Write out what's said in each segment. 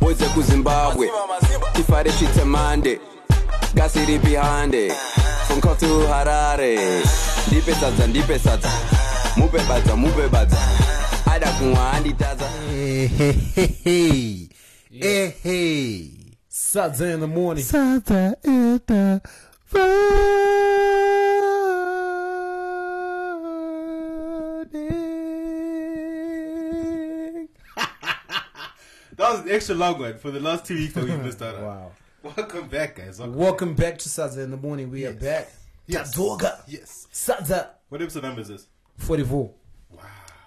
boys ekuzimbabwe tifare titemande gasi ripi hande from call to harare ndipe sadza ndipe sadza mupe badza mupe badza ada kumwa handitadza Ehehehei. Ehei. Saturday in the morning. Santa Ita. That was an extra long one for the last two weeks that we've missed out on. Wow. Welcome back, guys. Welcome. Welcome back to Saturday in the morning. We are back. Yes. Tadoga. Yes. Saturday What episode number is this? 44.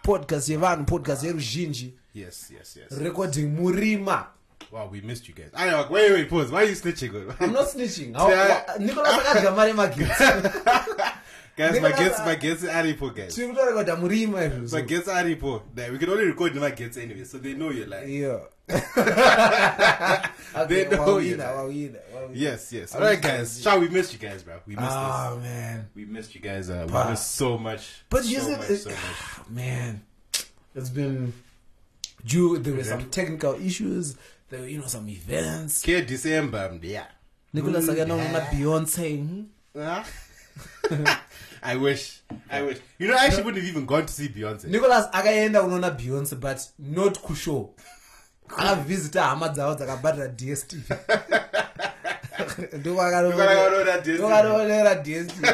Podcast yevanhu podcast yeruzhinji Yes, yes, yes. recording murima Wow, we missed you guys. I know. Wait, wait, pause. Why are you snitching? I'm on? not snitching. How- Yeah. wa- nicholas akadya mari magitsi guys, my Nicholas, guests, uh, my guests are Aripo, guys. tiri kutorekodha murima izvi My so- guests are Aripo. Nah, we can only record my guests anyway, so they know you're like. Yeah. They Okay, know you wawina like- wawina wawina. Yes, yes. All right, guys. Shall we missed you guys, bro? We missed this. ah man We missed you guys. Uh, Bah. we missed so much. But so isn't much, it- so much. man it's been due there were some technical issues there were you know some events Care December, um, yeah. nicholas akanaona na beyonce hmm? Huh? I wish. I wish. You know, I actually wouldn't have even gone to see Beyonce. nicholas akaenda kunoona beyonce but not kushow akavhizita hama dzavo dzakabatira dstv Ndokwakanoona DStv. ndokanoonera dstv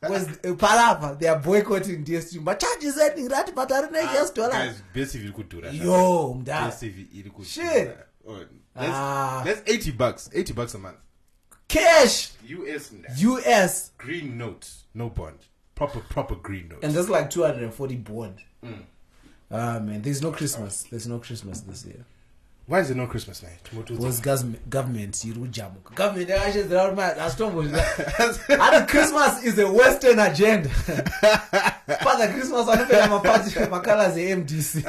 Because panapa they are boycotting dstv macharges ending rati patarinei yes dollars Guys, basically, you could do that. yo mdaa Basically, you could do Shit. that. Oh, that's, Ah. that's 80 bucks. 80 bucks a month. cash US now. us green note. No bond. Proper, proper green note. and that's like 240 bond ah man there's no christmas there's no christmas this year Why is it not Christmas night? Tomatoes- was gas- government iri kujamuka government yakashedzera kuti ma- hazvitombozvida hati christmas is a western agenda paza christmas vanopera mapati makalas emdc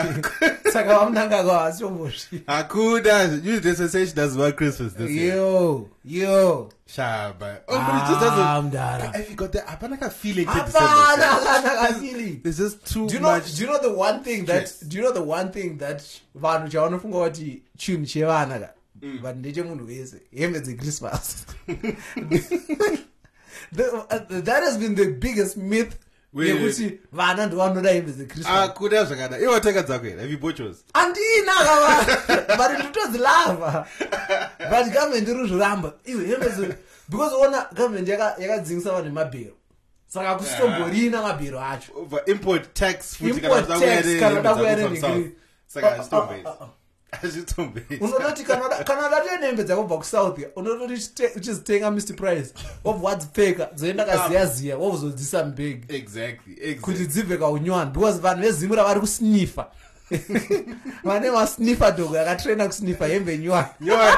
saka vamunangaka hazvitombozvida Hakuna. You the sensation that's about Christmas this year. yo yo Shaba. Oh, but it just Ah, doesn't. mdara Have you got that? Apana ka feeling in hapana December. akana feeling There's just too do you know much. do you know the one thing that Yes. do you know the one thing that vanhu chavanofunga kuti chinhu chevana ka Mm. vanhu ndechemunhu wese hembe dzechristmas The- uh, that has been the biggest myth Wait, yekuti vana ndovanoda hembe dzechristmas Hakuna zvakada. Iwo tenga dzako here. Have you bought yours? handina kava vari nditodzilava but gavhmendi iri kuzviramba iwe hembe dze- because ona gavhmendi yakadzingisa vanhu nemabhero saka kusitomborina mabhero acho Over import tax futhi kana Import tax kutakuya kana nehembe dzako kutakuya from nedegree. South. Saka Ah, ah, hazvitombezi. ah, Hazvitombezi. unototi kana uda- kana udatira nhembe dzakobva kusouth ya unototi uchite- uchizitenga mr price wobva wadzipfeka dzoenda kaziyaziya wobvuzodzisa mbegi Exactly. Exactly. kuti dzibve kaunywana because vanhu vezimu ravari kusnifa vane masnifa dhogo yakatraina kusnifa hembe nywana You are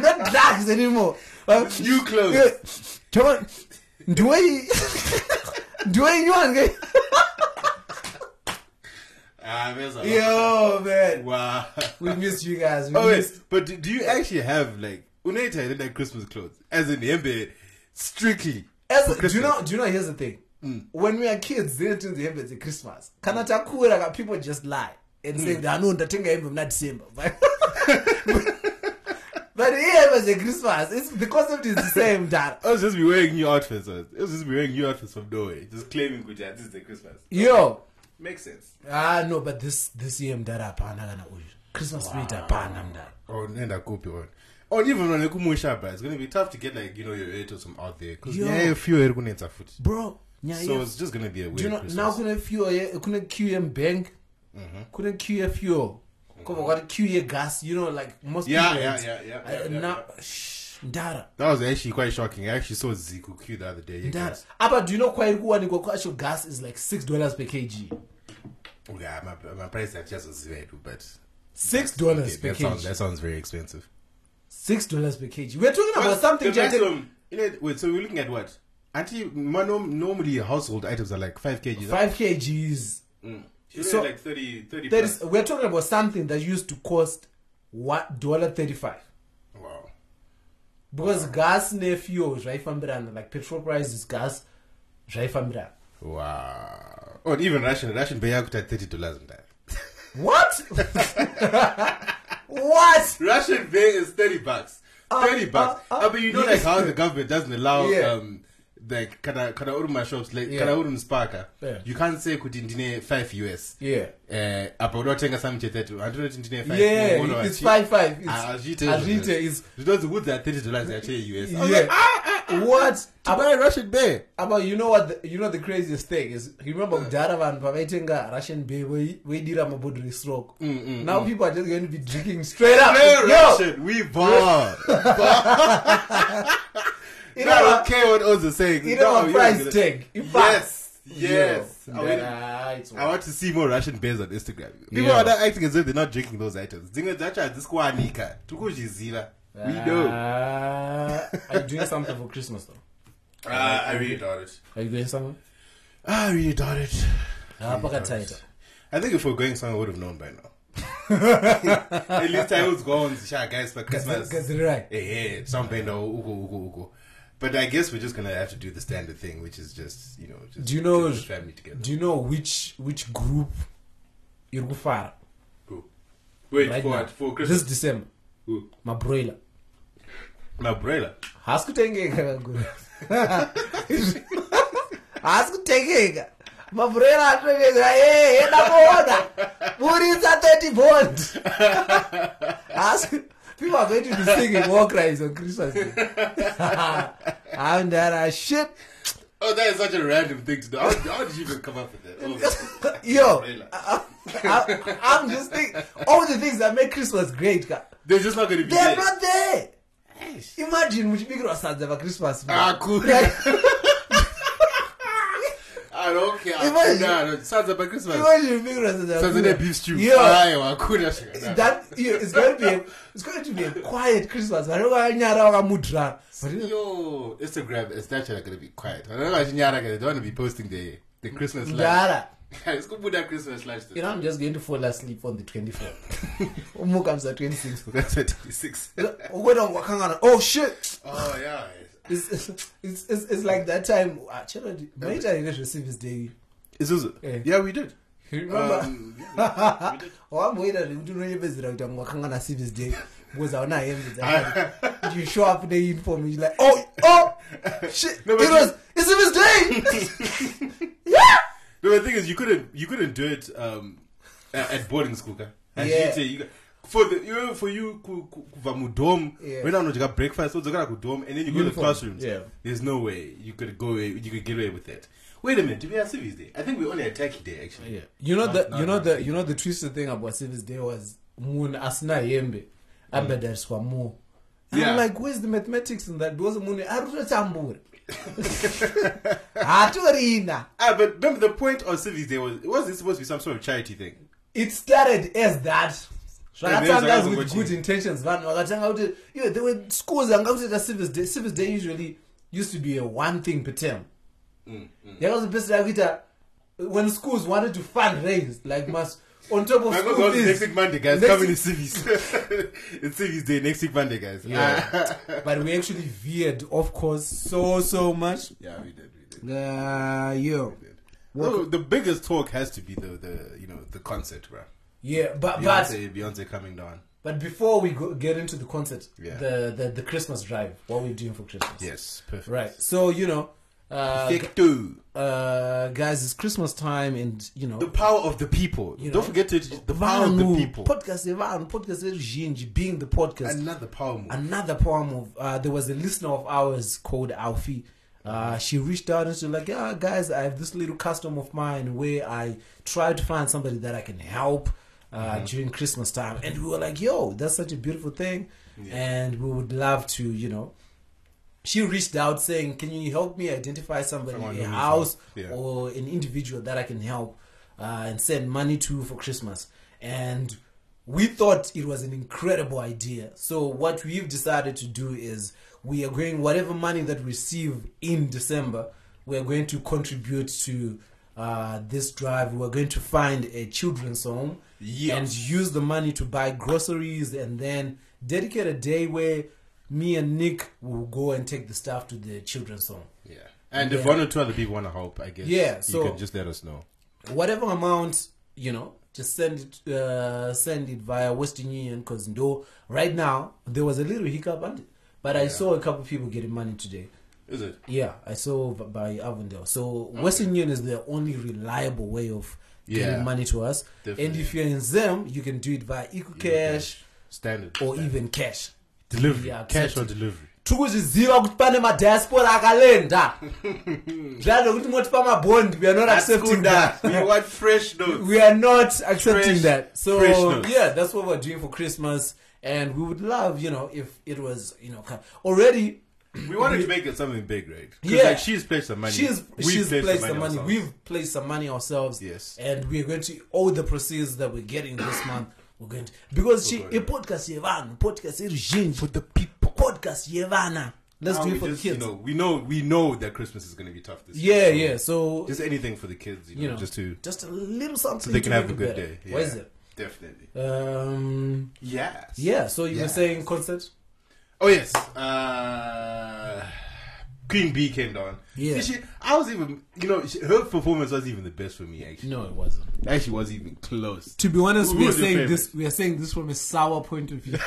not drugs anymore new clothes. Eh, Toma, ndiwei ndiwei nywange Ah, there's a lot. yo man Wow. we missed you guys we Oh, wait, missed but do, do you actually have like unaita in like Christmas clothes as in hembe strictly? for As, do you Christmas? Mm. know? Do you know? Here's the thing. When we are kids, they didn't have the Christmas. Kana takura, like, people just lie and Mm. say, "I know that thing I am not December." But but here was the Christmas. It's the concept is the same, Dad. I was just be wearing new outfits. I was just be wearing new outfits from Norway, just claiming good yeah, this is the Christmas. Yo, Makes sense. ah no, but this this year, Dad, apana kana uyu Christmas wow. meat apana, Dad. Or and I could be on. Or Oh, even on a kumusha, but it's gonna be tough to get like you know your atoms out there because Yo. yeah, a few are going to foot. Bro, nyaya. So it's just gonna be a weird do you know Christmas. now kune fuel ye kune queue yemubank Mm-hmm. kune queue yefuel kobva kwati queue yegas you know like most Yeah, people yeah, it's- yeah, yeah, uh, yeah, yeah, now shh, ndara that was actually quite shocking. I actually saw Zico Q the other day. You ndara guys. apa do you know kwairi kuwanikwa kwacho gas is like six dollars per kg Okay, my, my price is just zero, but six dollars Okay, per that, sounds, kg that sounds very expensive. six dollars per kg we're talking about something the Jay- maximum, you know, wait, so we're looking at what? Auntie, my norm, normally household items are like 5 kgs. five kgs She's so- like 30, 30 That plus. is, we're talking about something that used to cost one dollar thirty five Wow. Uh-huh. because gas nefuel zvaifambirana like petrol prices gas zvaifambirana Oh, Wow. Or even Russian, Russian pay out at $30 in that. What? Russian beer is 30 bucks. 30 bucks. uh, uh, I mean, you know, yes. like how the government doesn't allow, Yeah. um, like, kana kana uruma shops, like, Yeah. kana uruma sparka. Yeah. You can't say kuti ndine 5 US. Yeah. Eh, apa unotenga samichetetu. Handinoti ndine 5. yeah Unoona it's vachi- 5 5 it's hazviite hazviite izvozvo. it's zvinonzi wood that 30 dollars yachei us yeah "Ah, what about buy Russian beer. about you know what the, you know the craziest thing is you remember kudhara vanhu pavaitenga russian bay voi- voidira mabodhiri stroke now people are just going to be drinking straight up Hey, Mm, Yo, Mm-hmm. Russian, we bought. you know I don't what- care what others are saying. you know No, what you're price gonna- tag You pass. Yes, yes. Yo, I mean, nah, it's I want to see more Russian bears on Instagram. People Yeah. are not acting as if they're not drinking those items. Dzimwe dzacho hadzisikuwanika. Tukuzviziva. We know. Ah, are you doing something for Christmas though? Ah, I really doubt it. Are you doing something? I really doubt it. Ah, pakataita. I think if we we're going somewhere, I would have known by now. At least I was going to share guys for Christmas. Gazirai. Eh, eh, something though. Ugo, ugo, ugo. But I guess we're just gonna have to do the standard thing, which is just you know, just Do you know- get the family together? Do you know which which group you're kufara Who? Wait right for now? what? For This Christmas? December. Who? Mabroiler. My brother. hasikutengeka kaguru hasikutengeka mabhurera atotengeka ee edakuona buritsa 30 bond Hasi- people are going to be singing war cries on christmas day i'm done shit Oh, that is such a random thing to do. How, how did you even come up with that? Oh, yo Umbrella. I, I, i'm just thinking all the things that make christmas great ka- they're just not gonna be they're there. not there imagine muchibikirwa sadza pachristmas Ah, cool. Like- I don't care. Imagine- Nah, no, sounds like Christmas. Imagine being racist and Sounds like a cool. beef stew. Ah, Yo, Aye, wakuna shaka. that yo, it's going to be a, it's going to be a quiet Christmas. I don't know mudra. But you know, Yo, Instagram and Snapchat are gonna be quiet. I don't know why Shinyara they don't want to be posting the the Christmas lights. Ndara. It's good that Christmas lights. You know, I'm just going to fall asleep on the 24th. Umu comes at 26. That's at 26. Wait on wakangana. Oh shit! Oh yeah. It's it's it's, it's, it's like that time. Ah, chero, my time didn't receive his day. It's also, Eh. Yeah, we did. Remember? Um, yeah, we did. wamboita zvekuti unonyepedzera kuti amwe wakangana service day because hauna hembe dzaa you show up neinform you like oh oh shit No, it but was it's service day yeah No, the thing is, you couldn't you couldn't do it um, at, at boarding school, ka. And Yeah. you say you, for the you know, for you ku- ku- kubva mudom Yeah. when I know you got breakfast, so you got dom, and then you go to the Uniform, classrooms. yeah. There's no way you could go away, you could get away with that. Wait a minute, did we have civics day? I think we only had turkey day actually. you know Not- the not you know really. the you know the twisted thing about service day was munhu asina hembe abhadhariswa mo I'm Mm. Yeah. like where's the mathematics in that because munhu ari kutotambura hatorina Ah, but remember the point of civics day was was it supposed to be some sort of charity thing? it started as that Yeah, zvakatanga there's as with another good coaching. intentions vanhu vakatanga kuti you know, there were schools anga kutoita service day service day usually used to be a one thing per term Mm, yakazopesera yakuita when schools wanted to fundraise like mas on top of I school go next fees week Monday, guys. Next Come in week- the civics. it's civics day next week Monday, guys. Yeah. Ah. but we actually veered of course so so much yeah, we did. We did. uh, yo Well, the biggest talk has to be the, the you know the concert, bro. yeah but but Beyonce, Beyonce coming down. but before we go, get into the concert Yeah. the, the the christmas drive what we're doing for christmas Yes, perfect. right so you know uh, Victor, uh guys it's christmas time and you know the power of the people. You Don't know, forget to the power of the vanhu, people. podcast yevanhu podcast yeruzhinji being the podcast Another power move. another power move uh, there was a listener of ours called alfie uh, she reached out and she was like yeah guys i have this little custom of mine where i try to find somebody that i can help uh, Mm-hmm. during christmas time and we were like yo that's such a beautiful thing and we would love to you know she reached out saying, "Can you help me identify somebody, Someone who a needs house help." Yeah. or an individual that I can help uh, and send money to for Christmas?" And we thought it was an incredible idea. So what we've decided to do is we are going whatever money that we receive in December, we are going to contribute to uh, this drive. We are going to find a children's home Yeah. and use the money to buy groceries and then dedicate a day where me and Nick will go and take the stuff to the children's home. yeah. And if Yeah. one or two other people want to help, I guess. Yeah, so- you can just let us know. Whatever amount, you know, just send it uh, send it via Western Union because no, right now there was a little hiccup, and, but I saw a couple people getting money today. Is it? Yeah, I saw v- by Avondale. So Western Union is the only reliable way of Yeah. getting money to us. And Definitely. if you're in Zim, you can do it via EcoCash Standard. or Standard. even cash. delivery. Yeah, Cash on accepted. delivery. tikuzviziva kuti pane madiaspora akalenda zvade kuti moti pamabhondi we are not accepting that uh, We want fresh notes. we are not accepting Fresh- that so fresh notes. yeah that's what we're doing for christmas and we would love you know if it was you know ki- already We wanted to make it something big, right? 'Cause, Yeah. Like, she's placed some money. she's We've she's placed the money ourselves. we've placed some money ourselves Yes. and we're going to all the proceeds that we're getting this month we're going to because she God. a podcast yevanhu podcast iruzhinji For the people. podcast yevana let's Now do we it for the just, kids You know, we know we know that Christmas is going to be tough this yeah year. so yeah so Just anything for the kids, you know, you know, just to just a little something so they to can have make a it good better. day. What is it? Definitely. Um, Yes. yeah. So you were Yes. saying concert? Oh yes. Uh, Queen Bee came down. Yeah. See, She, I was even, you know, she, her performance was even the best for me. Actually, No, it wasn't. actually was even close. To be honest, Who we are was your saying favorite? this. We are saying this from a sour point of view.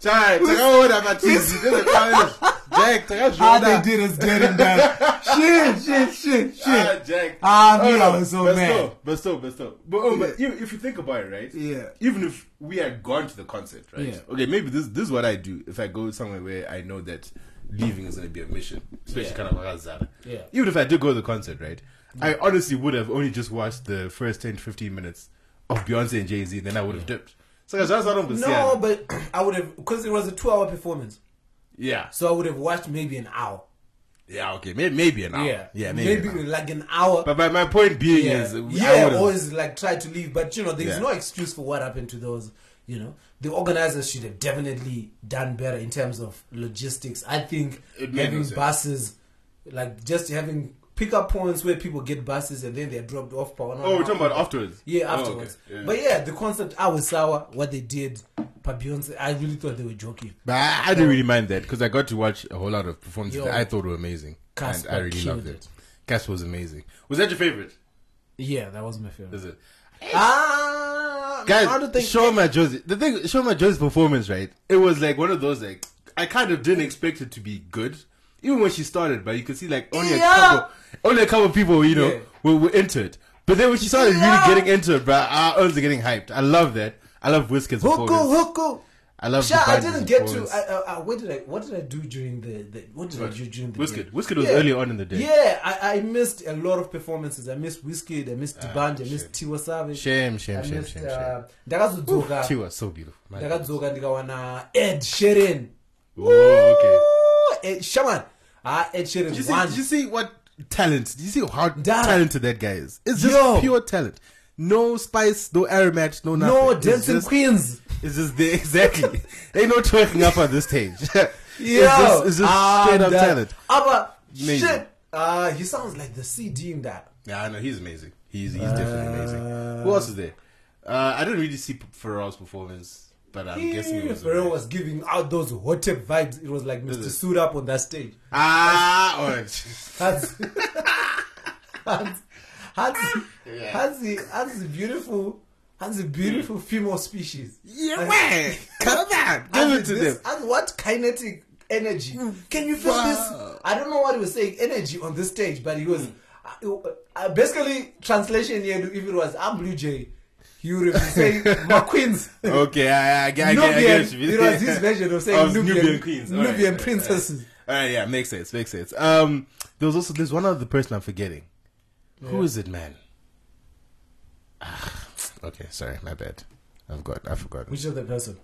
Jack, take out that cheese. Jack, take out How they shoulder. did us getting that. shit, shit, shit, shit. Ah, Jack. Ah, I knew no, I was so but mad. Still, but still, but still. But, oh, but if, if you think about it, right? Yeah. Even if we had gone to the concert, right? Yeah. Okay, maybe this this is what I do if I go somewhere where I know that leaving is going to be a mission, especially Yeah. kind of like Zara. Yeah. Even if I did go to the concert, right? I honestly would have only just watched the first 10 15 minutes of Beyonce and Jay Z, then I would have dipped. So that's what I'm no, but I would have because it was a two-hour performance, yeah, so I would have watched maybe an hour. yeah, okay, maybe, maybe an hour. Yeah, yeah, maybe. an hour. like an hour. But my, my point being yeah, is, I yeah would've- always like try to leave but you know there's Yeah. no excuse for what happened to those you know the organizers should have definitely done better in terms of logistics i think It made no having sense. buses like just having pickup points where people get buses and then they're dropped off power Oh, we're talking about afterwards. yeah Oh, okay. afterwards but yeah the concept i was sour what they did but beyonce i really thought they were joking But I, I didn't really mind that because I got to watch a whole lot of performances Yo. that I thought were amazing. Casper and I really killed loved it. it. Casper was amazing. Was that your favorite? yeah that was my favorite Is it? ah Guys, I don't think Shawn Josie. The thing, Shawn Josie's performance, right? It was like one of those, like, I kind of didn't expect it to be good. Even when she started, but you could see, like, only Yeah. a couple, only a couple people, you know, Yeah. were, were into it. But then when she started Yeah. really getting into it, bro, I I was getting hyped. I love that. I love Whiskers. performance. Huku, huku. I love Sha, I Dubai didn't Business get to. Forums. I, I, I, what did I? What did I do during the? the what did I do during the? Wizkid. day? Wizkid was earlier on in the day. Yeah, I, I missed a lot of performances. I missed Whiskey. I missed Diband. I missed Tiwa Savage. Ah, Shame, shame, I shame, missed, shame, uh, ndakazodzoka She was so beautiful. My goodness. ndakadzoka ndikawana ed sherin Oh, okay. Oh, Ed- shaman ah ed sherin Did you, see, one did you see what talent? Did you see how Da. talented that guy is? It's just Yo. pure talent. No spice, no aromat, no nothing. no It's dancing just- queens It's just the, exactly. they no twerking up on this stage. yeah, Yeah, it's just, it's just straight up talent. Abba, Amazing. shit. Uh, he sounds like the CD in that. Yeah, I know he's amazing. He's he's definitely Uh, amazing. Who else is there? Uh, I didn't really see P- Pharrell's performance, but I'm guessing it was. Pharrell alright. was giving out those hot tip vibes. It was like Mr. it? Suit up on that stage. ah, alright. That's that's that's, that's, the, that's the beautiful that's the beautiful Hmm. female species. Yeah, man. Uh, Come on. Give it to this, them. Hmm. And what kinetic energy? Can you feel Wow. Hmm. this? I don't know what he was saying. Energy on this stage, but he was uh, uh, basically translation. Yeah, if it was I'm Blue Jay, you would be saying my queens. Okay, I, I, I, get- I, get, I Nubian, get what you mean. it was his version of saying Of Nubian, Nubian queens. All right, Nubian all right, princesses. All right, yeah, makes sense, makes sense. Um, there was also there's one other person I'm forgetting. Who is it, man? Ah, okay, sorry, my bad. I've got, I forgot. Which other person?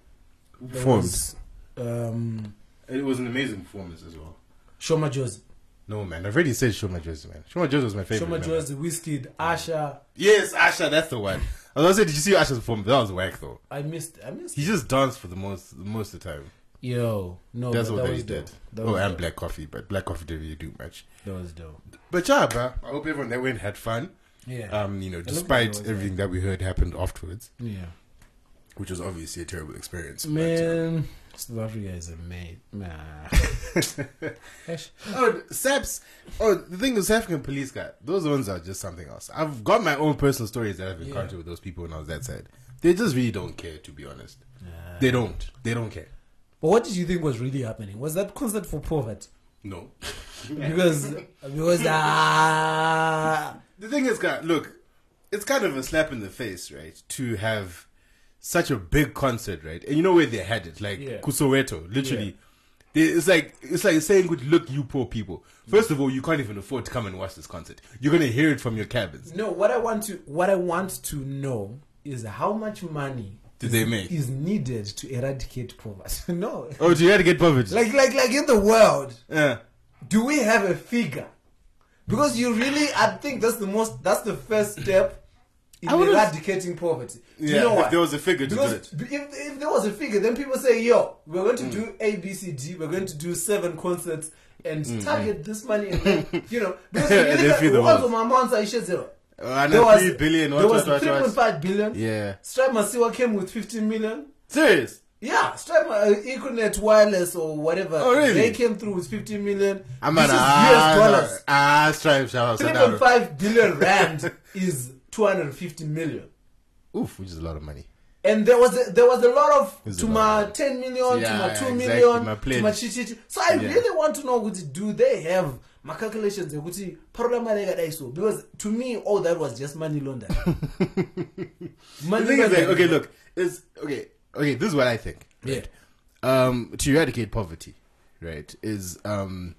There Forms. was, um, It was an amazing performance as well. Shoma Josie. No, man, I've already said Shoma Josie, man. Shoma Josie was my favorite. Shoma man. Josie, Whiskey, Asha. Yes, Asha, that's the one. I was gonna say, did you see Asha's performance? That was whack though. I missed. I missed. He just danced for the most, most of the time. Yo, no, That's but what that Oh, that he was did. dope. That oh, was and dope. Black Coffee, but Black Coffee didn't really do much. That was dope. But yeah, bruh, I hope everyone that went had fun. Yeah. Um, you know, at despite those, everything that we heard happened afterwards, Yeah. which was obviously a terrible experience. Um, but, uh, Man, South Africa is a man. Nah. Eish. Oh, Seps. Oh, the thing is, South African police guy. Those ones are just something else. I've got my own personal stories that I've encountered with those people when I was that side. They just really don't care, to be honest. They don't. They don't care. but what did you think was really happening? Was that concert for poverty? No. Because because ah, the thing is, guy. Look, it's kind of a slap in the face, right? To have such a big concert, right? And you know where they had it, like Yeah. Kusoweto, literally. They, it's like it's like saying, "Good look, you poor people. First of all, you can't even afford to come and watch this concert. You're gonna hear it from your cabins." no. What I want to what I want to know is how much money Did they make? is needed to eradicate poverty. no, Oh, do you had to get poverty? like like like in the world, yeah. do we have a figure? Because you really, I think that's the most that's the first step in I would've- eradicating poverty. Do Yeah, you know if why? there was a figure to do Because it. Mm. b- If, if there was a figure, then people say, "Yo, we're going to do A, B, C, D. We're going to do seven concerts and target this money." And then, you know, because And Mm. they feed the one world. of my amounts I should zero. Uh, and There a was three billion, what, There was what, three what, point what? five billion. Yeah. Stripe Masiwa came with fifteen million. Serious? Yeah, Stripe uh, Econet Wireless or whatever. Oh, really? They came through with 15 million. I'm at this is ah, US dollars. Ah, stripe shout out. 3.5 billion rand is 250 million. Oof, which is a lot of money. And there was a, there was a lot of It's a to lot. my 10 million, Yeah, to my 2 exactly, million, my to pledge. my chi- chi- chi. So I Yeah. really want to know, ukuthi, do they have my calculations? ukuthi, parola mali yakadai so? Because to me, all that was just money laundering. The money thing is, like, laundering. okay, look, it's okay, okay. This is what I think. Yeah. Um, to eradicate poverty, right, is um,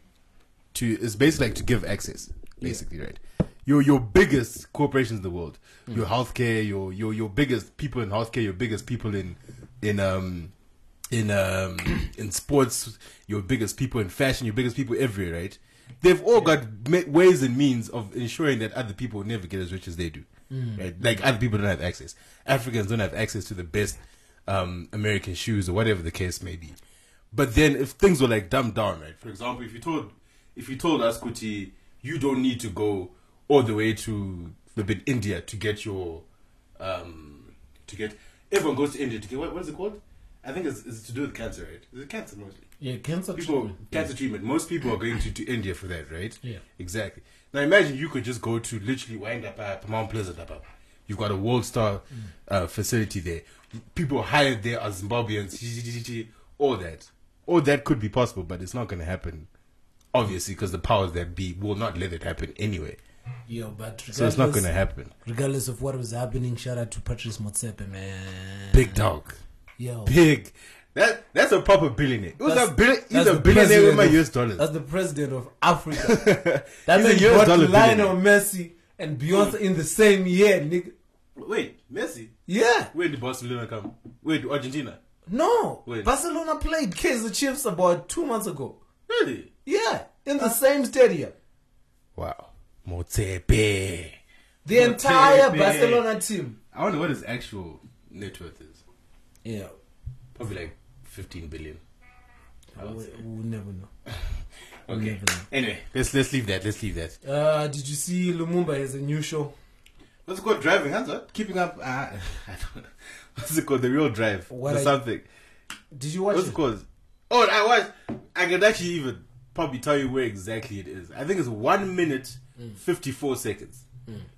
to is basically like to give access, basically, right. Your your biggest corporations in the world, your healthcare, your your your biggest people in healthcare, your biggest people in in um in um in sports, your biggest people in fashion, your biggest people everywhere, right? They've all got ma- ways and means of ensuring that other people never get as rich as they do. Right? Like other people don't have access. Africans don't have access to the best um, American shoes or whatever the case may be. But then if things were like dumbed down, right? For example, if you told if you told us Kuti, you don't need to go all the way to flipping India to get your um to get everyone goes to India to get what, what is it called? I think it's, it's to do with cancer, right? Is it cancer mostly? Yeah, cancer People treatment. cancer treatment. Most people are going to, to India for that, right? Yeah. Exactly. Now imagine you could just go to literally wind up at Mount Pleasant up. up. You've got a world star Mm. uh, facility there. People hired there as Zimbabweans, all that. All that could be possible, but it's not going to happen, obviously, because the powers that be will not let it happen anyway. Yeah, but So it's not regardless- going to happen. regardless of what was happening, shout out to Patrice Motsepe, man. Big dog. Yo. Big. That That's a proper billionaire. It was That's- a billi- he's that's a the billionaire with president my of- US dollars. That's the president of Africa. that He's a means US brought dollar Lionel Messi and Beyonce in the same year, nigga. Wait, Messi? Yeah. Where did Barcelona come? Where did Argentina? No. Wait. Barcelona played Kaiser Chiefs about two months ago. Really? Yeah. In the same stadium. Wow. Motsepe. The Motsepe. entire Barcelona team. I wonder what his actual net worth is. Yeah. Probably like 15 billion. We'll, we'll never know. Okay. Never know. Anyway, let's let's leave that. Let's leave that. Uh, did you see Lumumba has a new show? What's it called? Driving, hands up. Keeping up. Uh, I don't know. What's it called? The real drive What or I- something. Did you watch What's it? it called? Oh, I watched. I can actually even probably tell you where exactly it is. I think it's one minute fifty four seconds.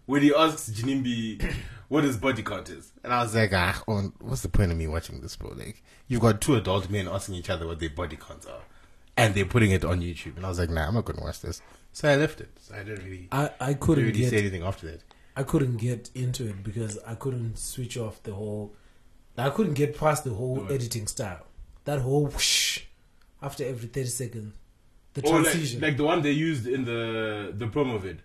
When he asks Janimbi what his body count is, and I was like, ah, on, what's the point of me watching this, bro? Like, you've got two adult men asking each other what their body counts are, and they're putting it on YouTube, and I was like, nah, I'm not gonna watch this. So I left it. So I didn't really, I, I didn't couldn't really get say anything after that. I couldn't get into it because I couldn't switch off the whole. I couldn't get past the whole editing style. That whole whoosh after every thirty seconds, the Or Oh, like, transition. like the one they used in the the promo vid.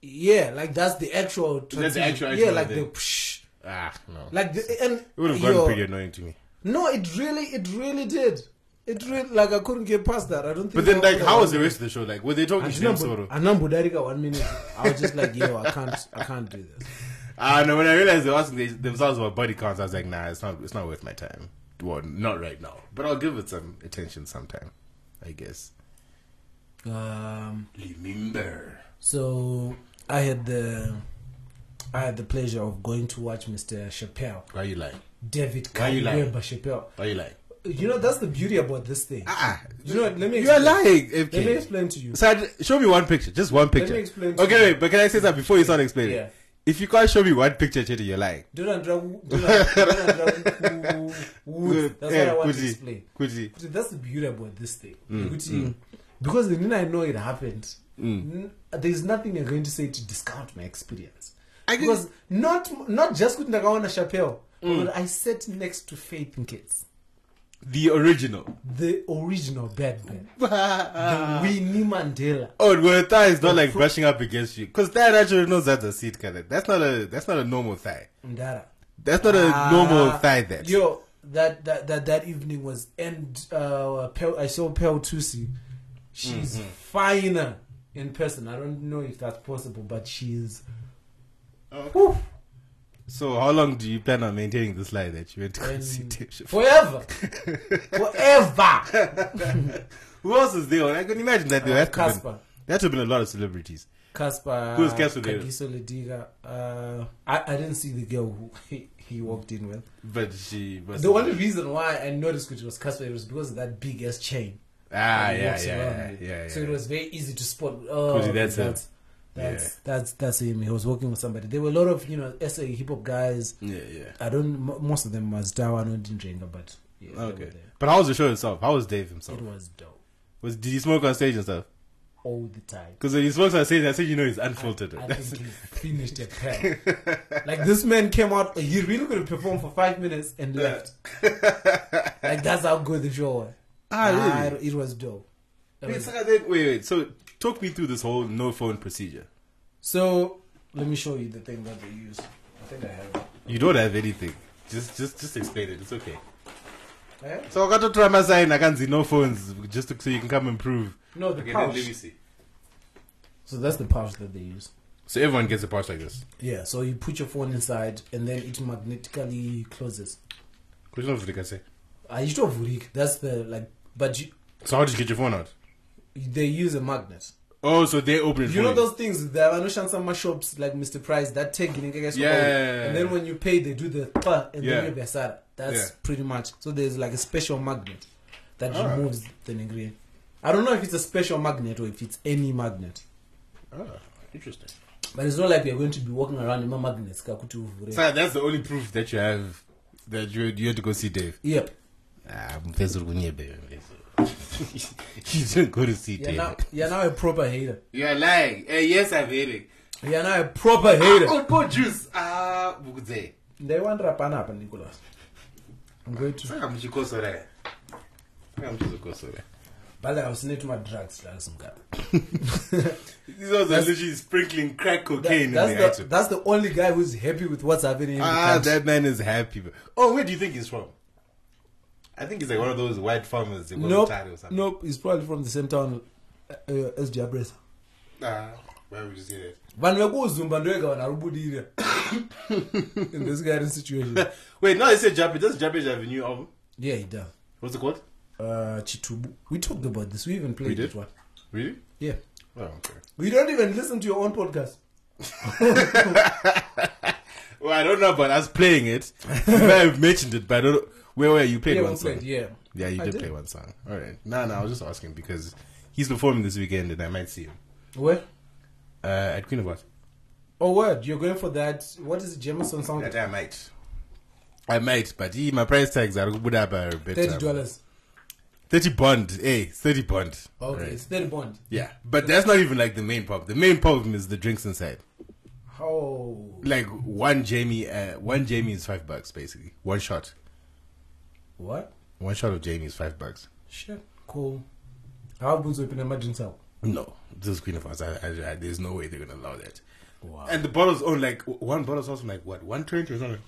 yeah, like that's the actual. Transition. That's the actual- yeah, actual like the thing. whoosh, Ah, no. like the and it would have gotten yo, pretty annoying to me. No, it really, it really did. It really like I couldn't get past that. I don't. Think But then, I- like, how was the rest of the show? Like, were they talking to them, Soro? Anambu- Anambudarika one minute. I was just like, yo, I can't, I can't do this. Ah, no. When I realized they were asking they- themselves about body counts, I was like, nah, it's not, it's not worth my time. Well, not right now, but I'll give it some attention sometime, I guess. Um, Remember, So I had the I had the pleasure of going to watch Mr. Chappelle, why are you lying? David Why you lying? Cumberbatch Chappelle. Why are you lying? You know, that's the beauty about this thing. Ah, You know what, let me You are explain. lying. FK. Let me explain to you. So I'd- show me one picture, just one picture. explain to Okay, you. wait, but can I say that before you start explaining? Yeah. If you can't show me one picture, Chidi, you're lying. Don't drag- don't drag- wood. That's what I Eh, Kuti, want to Mm. explain. Kuti. Kuti, That's the beauty about this thing. Kuti, Because the minute I know it happened, Mm. n- there's nothing you're going to say to discount my experience. I can- because not not just kuti ndakaona Chappelle, Mm. but I sat next to Faith Kids, The original. the original Batman, Ah. the Winnie Mandela. Oh, well, a thigh is not like brushing up against you, because that actually knows that's a seat color. That's not a that's not a normal thigh. Ndara. That's not a Ah, normal thigh. That Yo, that that that, that evening was and uh, Pel, I saw Pel Tusi. She's Mm-hmm. finer in person. I don't know if that's possible, but she's. Whew, So how long do you plan on maintaining this lie that you went to consultation? for? forever, forever. Who else is there? I can imagine that. there Uh, has to have been, Casper. there has to have been a lot of celebrities. Casper. Who's Casper there? Kagiso Lediga. Uh, I, I didn't see the girl who he, he walked in with. But she was The only reason why I noticed it was Casper was because of that big ass chain. ah and yeah yeah walks around yeah, with. yeah, yeah So it was very easy to spot. Oh, Could be that's that's that's, him. that's, Yeah. that's that's him. He was working with somebody. There were a lot of you know SA hip hop guys. yeah yeah. I don't. m- Most of them was Dawa and Odinjenga, but yeah, they were Okay, there. but how was the show itself? How was Dave himself? it was dope Was did he smoke on stage and stuff? all the time. Because when he smokes on stage, I said you know he's unfiltered. I That's- think he finished a pair. like this man came out. He really could have performed for five minutes and left. like that's how good the show was. Ah, really? Ah, it- it was dope. It Wait, was- so I think- wait, wait. So talk me through this whole no phone procedure. so let me show you the thing that they use. I think I have it. You don't have anything. Just, just, just explain it. It's okay. Eh? So I got to try my sign. I can't see no phones just to, so you can come and prove. No, the Okay, pouch. let, let me see. So that's the pouch that they use. So everyone gets a pouch like this. Yeah. So you put your phone inside, and then it magnetically closes. Question of the guy say. I used to have That's the like, but you, So how did you get your phone out? they use a magnet. Oh, so they open it. You for know those things that I know some shops like Mr. Price that take in Yeah. and then when you pay they do the pa and Yeah. then you besara. That's Yeah. pretty much. So there's like a special magnet that removes the ingredient. I don't know if it's a special magnet or if it's any magnet, Oh, interesting. but it's not like you're going to be walking around in my magnets. kakuti uvhure. So that's the only proof that you have that you you had to go see Dave. Yep. Ah, Mfezulu Kunyebe, Mfezulu. you didn't go to see You're now, you're now a proper hater. You are lying. Eh, yes, I've heard it. You're now a proper hater. Umpo juice. Ah, bukudze. They want Rapanapa, Nicholas. I'm going to. Saka muchikosora. Saka muchizokosora. But I was near to my drugs last night. These are literally sprinkling crack cocaine in the that's, the, item. that's the only guy who's happy with what's happening in ah, the country. that man is happy. bro. Oh, where do you think he's from? I think he's like one of those white farmers. that go to nope. Thailand or something. Nope. He's probably from the same town uh, uh, as Jabres. Ah, why would you say that? vanhu vekuuzumba ndovega vanhu ari kubudirira in this guy situation Wait, no, it's a Japanese. Does Japanese have a new album? yeah he does What's it called? uh, chitubu we talked about this we even played did? it one Really? yeah Oh, okay. we don't even listen to your own podcast Well, I don't know about us playing it. you might have mentioned it, but I don't. Where were you played yeah, one we song? played, yeah Yeah, you I did, did. play one song. All right. No, no, I was just asking because he's performing this weekend and I might see him where uh, at Queen of Art. Oh, word, you're going for that. What is it, Jameson sound? I might. I might, but he, my price tags are good up a bit. Thirty um, dollars. Thirty bond, eh? Thirty bond. Okay, Right. it's thirty bond. Yeah, but that's not even like the main problem. The main problem is the drinks inside. Oh, Like one Jamie, uh, one Jamie is five bucks basically. One shot, what? one shot of Jamie is five bucks. Shit, cool. How about open emergency? No, this is Queen of Hearts. I, I, I, there's no way they're gonna allow that. Wow. And the bottles on like w- one bottle's also like what one twenty or something.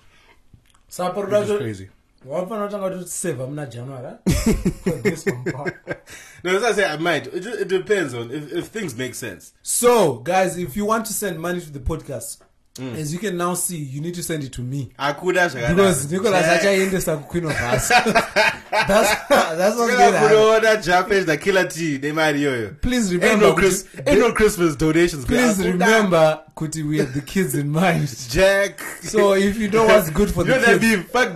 Sapa Which is rudzo. crazy. Wapana tanga kuti save amuna January. huh? For this one, pa. No, as I say, I might. It, it depends on if, if things make sense. So, guys, if you want to send money to the podcast, Mm. as you can now see, you need to send it to me. I could actually Because Nicholas Eh, achaendesa ku Queen of Hearts. That's that's what's going to happen. order Japanese the killer tea. They might yo. Please Ain't remember. no, kuti- Chris, ain't no Christmas donations. but Please Akuda, remember, Kuti, we have the kids in mind. Jack. So if you know what's good for you know that the kids, meme? Fuck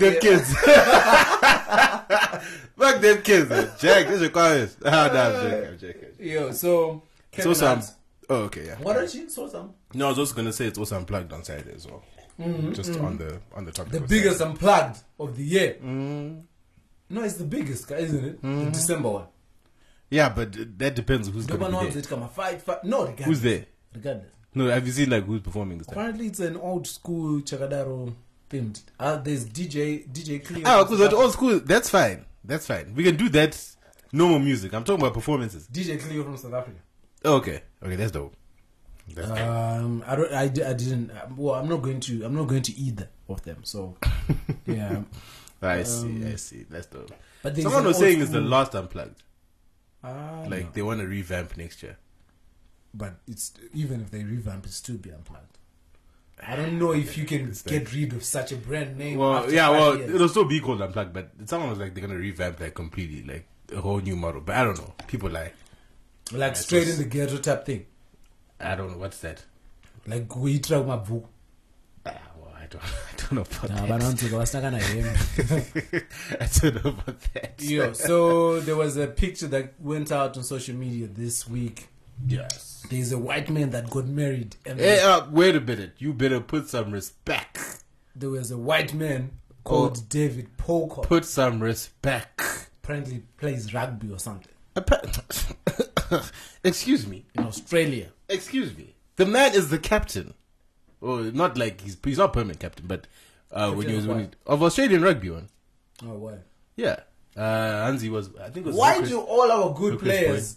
the kids. them kids are jacked. These requirements. Ah, no, I'm joking. I'm joking. Yo, so It's also um, oh okay yeah. What did you so some? No, I was also gonna say it's also unplugged on Saturday as well. Just on the on the topic. Mm-hmm. The of biggest unplugged of the year. Mm. No, it's the biggest, guy, isn't it? Mm-hmm. The December one. Saturday. Yeah, but th- that depends who's The gonna one be wants there. it come a fight, fight. No, regardless. Who's there? Regardless. No, have you seen like who's performing this time? Apparently, it's an old school Chagadaro themed. Uh, there's DJ DJ Cleo. Ah, because at old school, that's fine. That's fine. We can do that. Normal music. I'm talking about performances. DJ Cleo from South Africa. Oh, Okay, okay, that's dope. That's dope. Um, I don't. I, di- I didn't. uh, Well, I'm not going to. I'm not going to either of them. So, yeah. I see. I see. That's dope. But there's Someone an was old saying it's the school- last unplugged. Ah, Like no. they want to revamp next year. but it's even if they revamp, it's still be unplugged. I don't know if you can get rid of such a brand name. Well, after yeah, five well, years. it'll still be called Unplugged, but someone was like, they're gonna revamp like completely, like a whole new model. But I don't know. People like, like it's straight in just- the ghetto type thing. I don't know what's that. Like we try my book. Ah, well, I don't, I don't know about Nah, that. banantika vasinakana hembe. I don't know about that. Yo, so there was a picture that went out on social media this week. Yes. There's a white man that got married, and Hey, uh, wait a minute. You better put some respect. there was a white man called Oh. David Pocock. Put some respect. apparently plays rugby or something Appa- Excuse me. in Australia. Excuse me. The man is the captain. Well, not like he's he's not permanent captain, but uh, when Captain he was of when he, what? of Australian rugby one. Oh wow! Yeah. Uh, Hansi was, I think it was. Why Lucas- do all our good Lucas players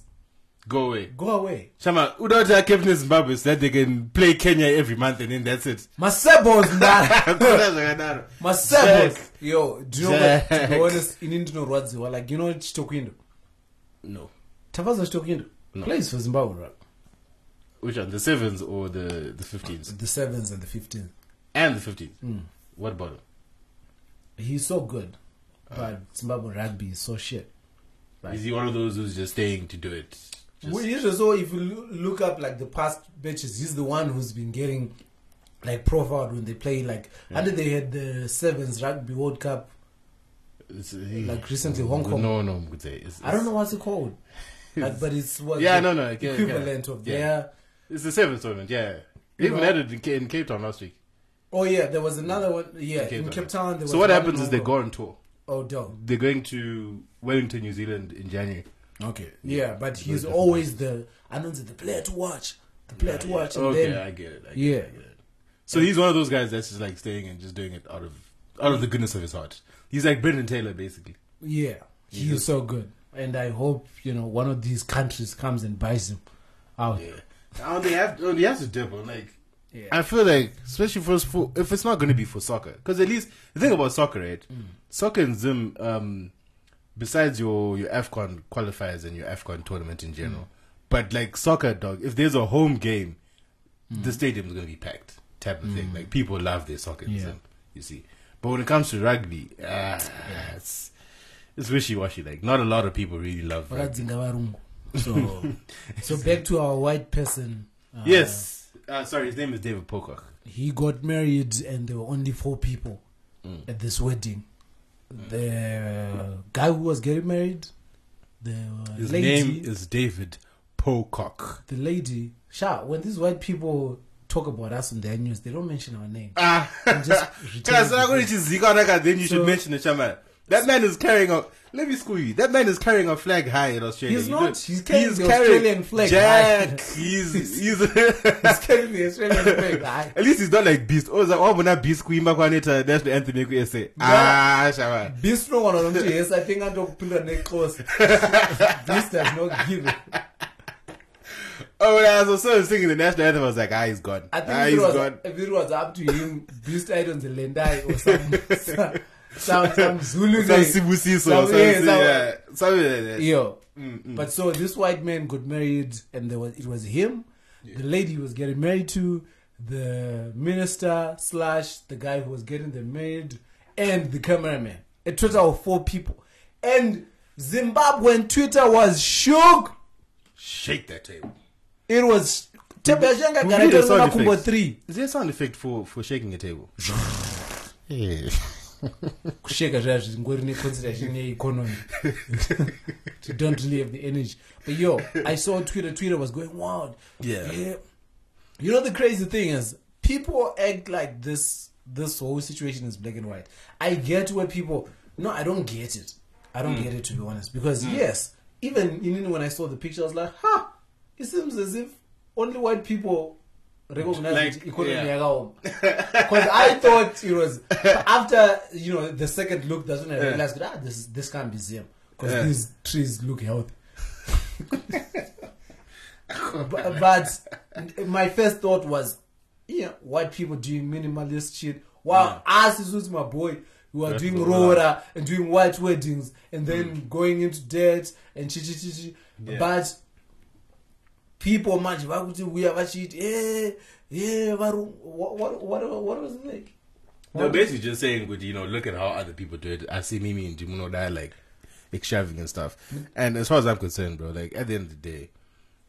Go away. go away? Shama, without our captain in Zimbabwe so that they can play Kenya every month and then that's it. Masebos man, Kudazvakanaro. Masebos. Jack. Yo, do you know what? To be Jack. honest, in Indian like you know Chitokindo. No. Tavazo Chitokindo No. plays for Zimbabwe, right? Which one? The sevens or the the fifteens? The sevens and the fifteens. And the fifteens. Hmm. What about him? He's so good, but Zimbabwe rugby is so shit. Is he one of those who's just staying to do it? Just, Well, usually, so if you loo- look up like the past batches, he's the one who's been getting like profiled when they play like under they had the sevens rugby World Cup. it's- uh, he- like recently Hong Kong. No, no, Mkhize, it's, I don't know what's it called, like, but it's what Yeah, the no, no, I get it, equivalent yeah. of Yeah. their. It's the sevens tournament. Yeah, they You even know- had it in, Ca- in Cape Town last week. Oh yeah, there was another one. Yeah, Cape in Town. Cape Town. There So was what one in happens is Hong they Kong. go on tour. Oh, down. They're going to Wellington, New Zealand in January. Okay. Yeah, but he's different. always the I don't know the player to watch, the player to watch, and okay, then I get it. I get yeah. it, I get it. So he's one of those guys that's just like staying and just doing it out of out of the goodness of his heart. He's like Brendan Taylor, basically. Yeah, he's Yes. so good, and I hope you know one of these countries comes and buys him out. Yeah. I don't think oh, I have. To, he has to double. Like, Yeah. I feel like, especially for, for if it's not going to be for soccer, because at least the thing about soccer, right? Mm. Soccer and Zim, um, besides your your Afcon qualifiers and your Afcon tournament in general, Mm. but like soccer, dog, if there's a home game, Mm. the stadium's going to be packed, type of thing. Like people love their soccer, in Yeah. Zim, you see. But when it comes to rugby, ah, it's it's wishy washy. Like not a lot of people really love. Rugby. vakadzinga varungu so so back to our white person uh, Yes, uh, sorry, his name is David Pocock. he got married and there were only four people Mm. at this wedding the guy who was getting married the His lady name is David Pocock. the lady sha when these white people talk about us on their news they don't mention our name Ah, just Guys, I'm going retain to Zika on that guy, then you So- should mention the chairman. That man is carrying a. Let me school you. That man is carrying a flag high in Australia. He's You not. don't- He's carrying the Australian flag Jack. high. He's he's. He's carrying the Australian flag high. At least he's not like Beast. Oh, it's like, oh, when that Beast Queen back when it uh, national anthem yeku essay. Ah, shaman. bistro kana nomjesi i think andokupinda nexhosa this does not give it. Oh, when I was also singing the national anthem, I was like, ah, he's gone. I think ah, if, it he's was, gone. if it was up to him, Beast Idon's a Lendai or some, some, some Zulu Some name. Sibusiso, Some- some, yeah, yeah, some- something like that. Yo. But so this white man got married, and there was it was him, the lady he was getting married to, the minister slash the guy who was getting them married, and the cameraman. A total of four people, and Zimbabwean Twitter was shook. Shake that table. It was. Tembe yashanga We gara need a tona sound kumbo effect. three. Is there a sound effect for, for shaking a table? kusheka zviya zvingori neconsideration yeeconomy you don't really have the energy but yo i saw twitter twitter was going wild Yeah. you know the crazy thing is people act like this this whole situation is black and white i get where people no i don't get it i Hmm. don't get it to be honest because yes even in, when i saw the picture i was like huh it seems as if only white people recognize Like, the economy yeah. because Oh. I thought it was after you know the second look. That's when I realized ah, this this can't be Zim because Yeah. these trees look healthy. but, but my first thought was, yeah, white people doing minimalist shit. While us is with my boy who are That's doing the Rora and doing white weddings and then going into debt and chi chi chi chi. Yeah. But people manje vakutiuya vachiiti e e varungu They're basically just saying, good, you know, look at how other people do it. I see Mimi and Jimono die like extravagant and stuff. And as far as I'm concerned, bro, like at the end of the day,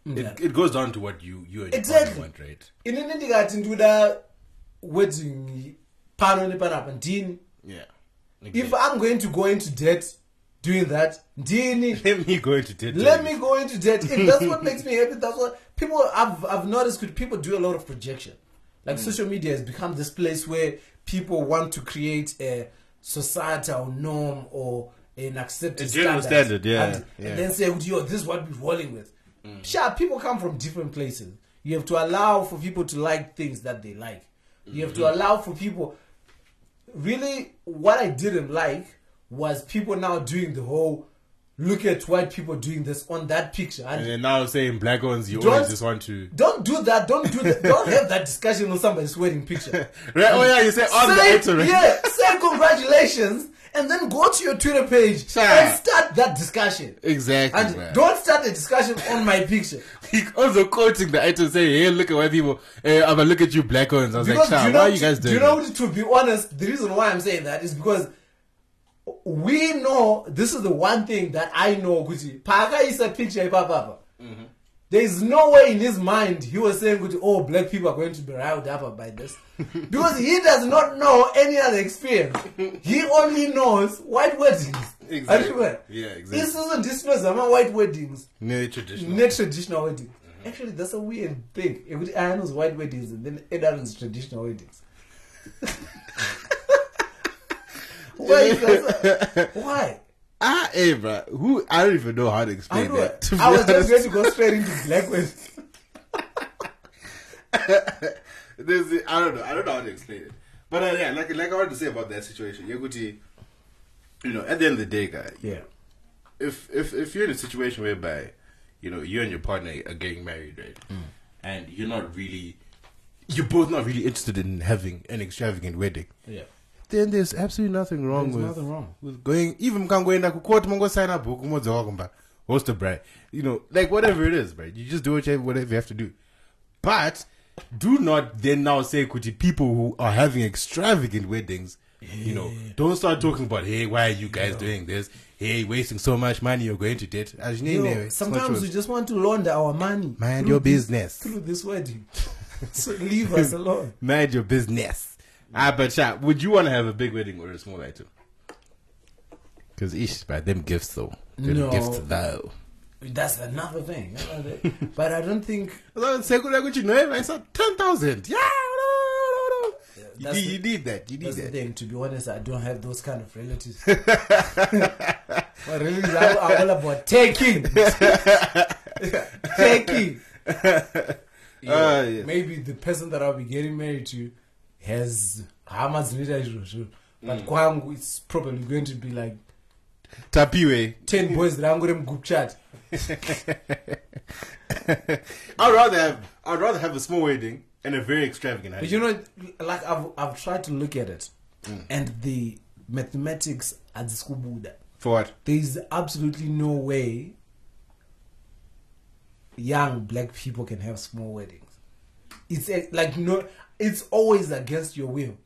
Yeah. it, it goes down to what you you and Exactly. your partner want, right? inini ndikati ndoda wedding pano nepanapa ndini Yeah. if i'm going to go into debt doing that ndini let me go into detail. let me go into debt if that's what makes me happy that's what people i've, I've noticed good people do a lot of projection Mm. like social media has become this place where people want to create a societal norm or an accepted A general standard, yeah, and, yeah. Mm. and then say yo this is what we're rolling with sure people come from different places you have to allow for people to like things that they like you have Mm-hmm. to allow for people really what I didn't like was people now doing the whole look at white people doing this on that picture. And And then now saying black ones, you Don't- always just want to. don't do that. Don't do that. don't have that discussion on somebody's wedding picture. Right? Oh, yeah, you say on the say, item, right? yeah, say congratulations and then go to your Twitter page Sure. and start that discussion. Exactly. And man. don't start the discussion on my picture. He also quoting the item saying, hey, look at white people. Hey, I'm going to look at you black ones. I was Because like, do Sha, you know, why are you guys do doing you know, that? to be honest, the reason why I'm saying that is because we know this is the one thing that I know. Gucci Paka is a picture, Papa. Mm-hmm. There is no way in his mind he was saying, Gucci, "Oh, black people are going to be riled up by this," because he does not know any other experience. he only knows white weddings. Exactly. Anyway, Yeah, exactly. This isn't this knows about white weddings No, traditional. ne traditional weddings actually that's a weird thing ekuti ayanos white weddings and then edarons traditional weddings why is that so- why Ah, hey, bro. Who? I don't even know how to i explain know that. to i be was honest. just going to go straight into black weddings There's, the- I don't know. I don't know how to explain it. But uh, yeah, like like I wanted to say about that situation, Yaguti, you know, at the end of the day, guy, yeah if if if you're in a situation whereby, you know, you and your partner are getting married, right, and you're not really, you're both not really interested in having an extravagant wedding, yeah then there's absolutely nothing wrong There's with nothing wrong. with going even kangoenda kucourt mongo sign up huku modza wakumba host a bride you know like whatever it is right you just do whatever whatever you have to do but do not then now say kuti people who are having extravagant weddings you know don't start talking about hey why are you guys doing this hey wasting so much money you're going to debt As you You know, know, it's not sometimes we yours. just want to launder our money mind through your this- business through this wedding so leave us alone mind your business Mm. ah but chat would you want to have a big wedding or a small item because ish by them gifts though them No. gifts though that's another thing but i don't think So, Sekula Gucci, no, I said 10,000. Yeah, no, no, no, no. that's you, need, the- you need that. You need That's the that. thing. To be honest, I don't have those kind of relatives. My relatives are, are all about taking, taking. You know, Ah, yes. Maybe the person that I'll be getting married to has hamas leadership, but kwangu it's probably going to be like Tapiwe. ten boys that I'm going to group chat. I'd rather have I'd rather have a small wedding and a very extravagant But wedding. you know, like I've I've tried to look at it, and the mathematics at the school Buddha. for what? there is absolutely no way young black people can have small weddings. It's eh, like no, it's always against your will.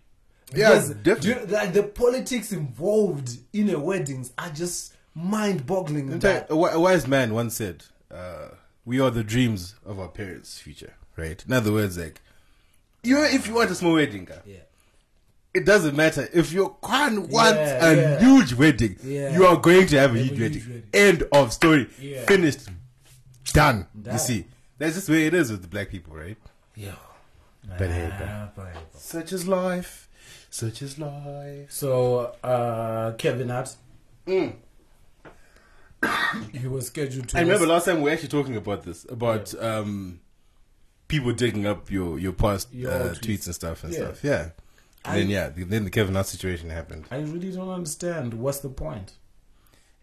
Yeah, Because definitely. do you- like the politics involved in a weddings are just mind-boggling. In in fact, that. a wi- a wise man once said, uh, "We are the dreams of our parents' future." Right. In other words, like, you know, if you want a small wedding, guy, yeah, it doesn't matter if your Kwan wants Yeah, a yeah. huge wedding. Yeah. You are going to have a Have huge a wedding. huge wedding. End of story. Yeah. Finished. Done. You Done. see, that's just the way it is with the black people, right? Yo. hey, Ah, fine. Such is life. Such is life. So, uh, Kevin Hart. he was scheduled to. Mm. I remember last time we were actually talking about this about um, people digging up your your past Your uh, old tweets. tweets. and stuff and Yeah. stuff. Yeah. And then yeah, the, then the Kevin Hart situation happened. I really don't understand. What's the point?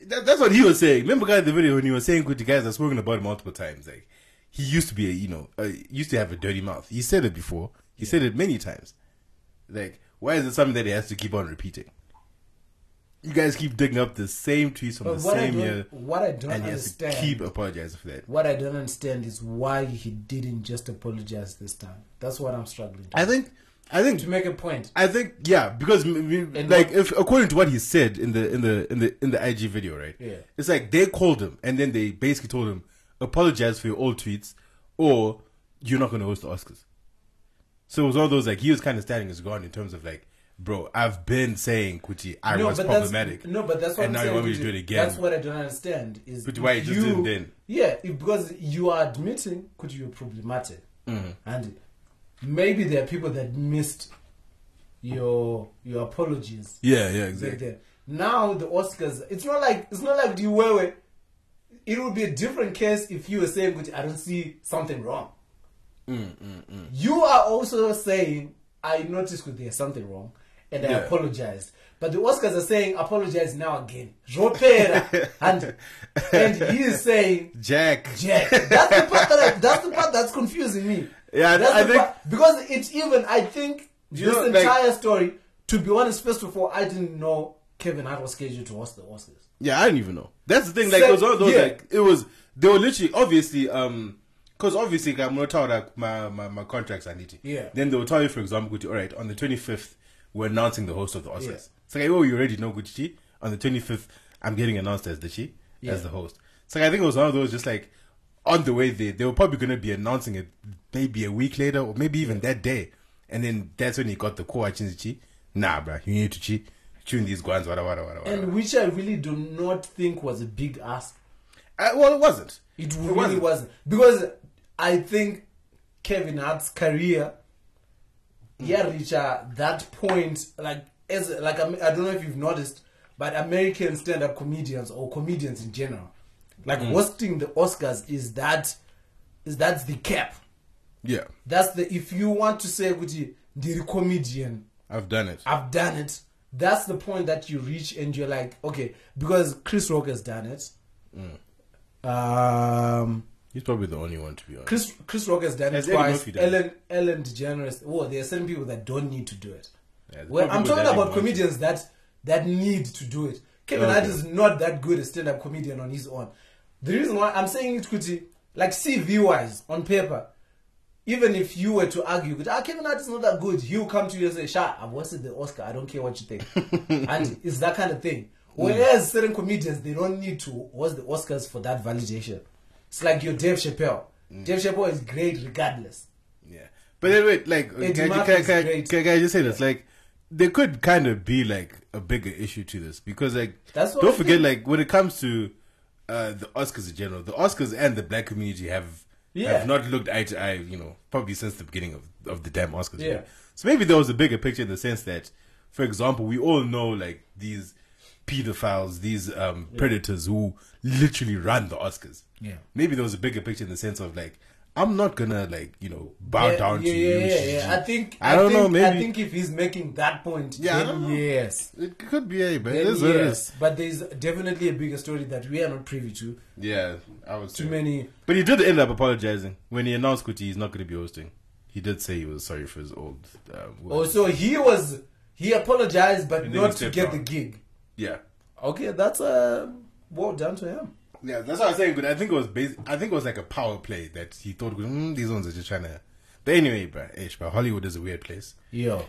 That, that's what he was saying. Remember, guy, in the video when he was saying good to guys, I've spoken about it multiple times. Like he used to be, a, you know, uh, used to have a dirty mouth. He said it before. He said it many times. Like, why is it something that he has to keep on repeating? You guys keep digging up the same tweets from But the what I same don't, year, what I don't and he has to understand. keep apologizing for that. What I don't understand is why he didn't just apologize this time. That's what I'm struggling to. I think, I think, to make a point. I think, yeah, because m- m- And like what- if according to what he said in the in the in the in the IG video, right? Yeah. It's like they called him and then they basically told him apologize for your old tweets or you're not going to host the Oscars. So it was all those like he was kind of standing his ground in terms of like, bro, I've been saying Kuti I was problematic. That's, no, but that's what and I'm now saying. you want me to Kuti, do it again. That's what I don't understand. Is Kuti, why you just didn't then? Yeah, it- because you are admitting could you're problematic, Mm-hmm. and maybe there are people that missed your your apologies. yeah, yeah, Like exactly. that. Now the Oscars, it's not like it's not like the Wewe. It would be a different case if you were saying, "Kuti, I don't see something wrong." Mm, You are also saying, "I noticed that there's something wrong, and I Yeah. apologized." But the Oscars are saying, "Apologize now again." Ropera, and and he is saying, Jack. Jack. That's the part that I, that's the part that's confusing me. Yeah, I- that's I the think- part, because it's even. I think You this know, like- entire story. To be honest, first of all, I didn't know Kevin Hart was scheduled to host the Oscars. Yeah, I didn't even know. That's the thing. Like, Se- it was all those. yeah. Like, it was. They were literally, obviously, um, because obviously, like, I'm gonna tell like my, my my contracts I need to. Yeah. Then they will tell you, for example, Gucci. All right, on the 25th, we're announcing the host of the Oscars. Yeah. It's like, oh, you already know Gucci. Chi. On the 25th, I'm getting announced as the she Yeah. as the host. So like, I think it was one of those. Just like on the way there, they were probably gonna be announcing it maybe a week later or maybe even that day. And then that's when he got the call. Chi, nah, bruh, you need to chi tune these guans, wada wada wada. wada. And which I really do not think was a big ask. Uh, well, it wasn't. It It really wasn't. wasn't. because I think Kevin Hart's career, yeah, Richard, that point, like as like I'm, I don't know if you've noticed, but American stand-up comedians or comedians in general, like hosting the Oscars is that is that's the cap. Yeah, That's the if you want to say Kuti, the comedian, I've done it. I've done it. That's the point that you reach and you're like, okay, because Chris Rock has done it. Um He's probably the only one, to be honest. Chris Chris Rock has done it Has Eddie twice. Murphy done it? Ellen Ellen DeGeneres. Well, there are certain people that don't need to do it. Yeah, there's well, probably I'm people talking that about didn't want comedians that that need to do it. Kevin Hart Okay. is not that good a stand-up comedian on his own. The reason why I'm saying it, Kuti, like CV wise on paper, even if you were to argue, that ah, Kevin Hart is not that good, he'll come to you and say, "Sha, I've hosted the Oscar. I don't care what you think." and it's that kind of thing. Whereas certain comedians, they don't need to host the Oscars for that validation. It's like your Dave Chappelle. Dave Chappelle is great regardless. Yeah, but anyway, like, can, I- can, I- Murphy's can, I- great. can I just say this? Like, there could kind of be like a bigger issue to this because, like, That's what don't I forget, think. like, when it comes to uh, the Oscars in general, the Oscars and the black community have Yeah. have not looked eye to eye, you know, probably since the beginning of of the damn Oscars. Yeah. So maybe there was a bigger picture in the sense that, for example, we all know like these pedophiles, these um, predators who literally run the Oscars. Yeah. Maybe there was a bigger picture in the sense of like, I'm not gonna like you know bow yeah, down yeah, to yeah, you. Yeah, Gigi. yeah. I think I don't think, know. Maybe I think if he's making that point, Yeah, I then don't know. yes. it could be a, but Then it is yes. what it is. But there's definitely a bigger story that we are not privy to. Yeah, I was Too many But he did end up apologizing when he announced Kuti he's not gonna be hosting. He did say he was sorry for his old. Um, Oh, words. so he was he apologized, but And then not he to stepped get down. the gig. yeah. Okay, that's uh, well done to him. Yeah, that's what I'm saying. But I think it was bas- I think it was like a power play that he thought mm, these ones are just trying to. But anyway, bro, ish, but Hollywood is a weird place. Yeah.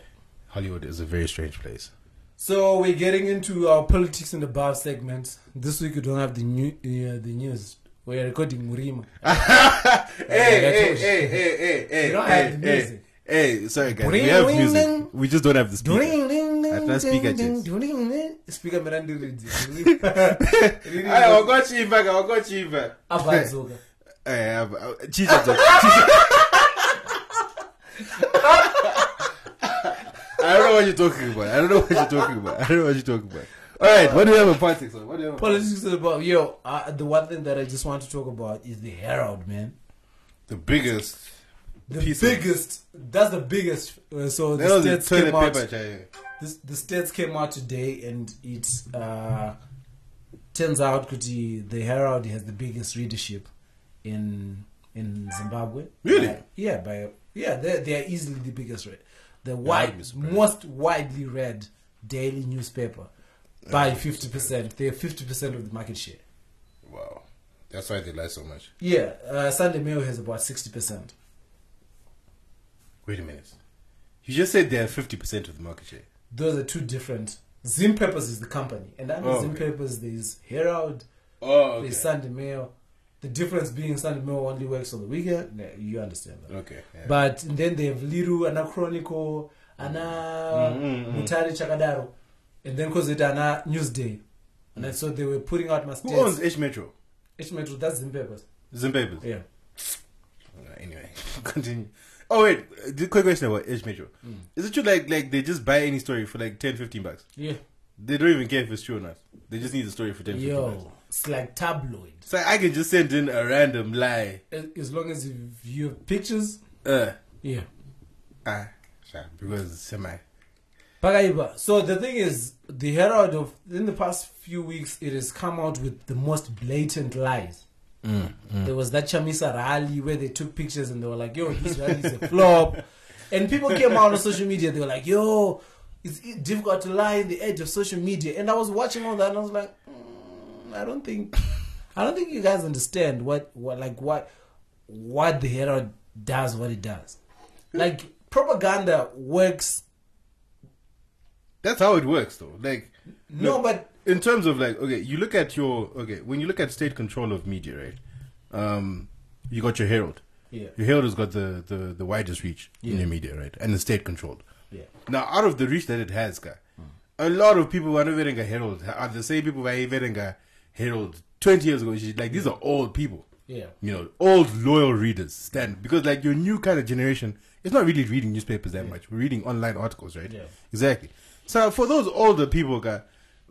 Hollywood is a very strange place. So we're getting into our politics in the bar segment. This week we don't have the new uh, the news. We're recording hey, Murima. that hey, was- hey, hey, hey, hey, You don't hey, have the hey, music. Hey, sorry guys, we have music. We just don't have the speaker. Hapana speaker chairs. speaker mera ndiridzi Aya, wakochimba, ka, wakochimba. abvadzoka Eh, ab- ab- chicha dza- chicha- I don't know what you're talking about. I don't know what you're talking about. I don't know what you're talking about. All right, what do you have a politics on? What do you have? on? politics is about yo uh, the one thing that i just want to talk about is the herald man The biggest. the Piece of- biggest that's the biggest uh, so That the was the states came toilet out paper, Jay. this, the stats came out today and it uh, turns out kuti the herald has the biggest readership in in zimbabwe Really? By- yeah by yeah they, they are easily the biggest read the I'd be wide surprised. most widely read daily newspaper by 50% they are 50% of the market share Wow, that's why they lie so much. yeah uh, sunday mail has about 60% Wait a minute. You just said they're fifty percent of the market share. those are two different zim papers is the company and under Oh, zim okay. papers there's herald Oh, They Sunday mail. The difference being Sunday mail only works on the weekend. Nah, you understand that. Okay. yeah. But then they have Liru, Ana Chronicle, Ana Mutari Chakadaro, and then because it Ana Newsday. And then so they were putting out my Who stats. owns H Metro? H Metro, that's in papers. Zimbabwe. Yeah. Uh, Anyway, continue. Oh wait, uh, the quick question about H Metro. Is it true like like they just buy any story for like 10, 15 bucks? Yeah. They don't even care if it's true or not. They just need the story for 10, 15 bucks. Yo. It's like tabloid. So I can just send in a random lie. As, as long as you, you have pictures. Uh, Yeah. ah, sure, because semi. Pakaiba. So the thing is, the Herald of in the past few weeks, it has come out with the most blatant lies. There was that Chamisa rally where they took pictures and they were like, "Yo, this rally is a flop," and people came out on social media. They were like, "Yo, it's e- difficult to lie in the age of social media." And I was watching all that, and I was like, mm, "I don't think, I don't think you guys understand what, what, like what, what the Herald does, what it does. Like propaganda works." That's how it works though. Like No, Look, but in terms of like okay you look at your okay when you look at state control of media right um you got your herald Yeah. your herald has got the the, the widest reach in Yeah. your media right and it's state controlled Yeah. now out of the reach that it has guy a lot of people who are not wearing a herald are the same people who are wearing a herald 20 years ago It's like these are old people Yeah. you know old loyal readers stand because like your new kind of generation is not really reading newspapers that much we're reading online articles right Yeah. Exactly. So for those older people, guy,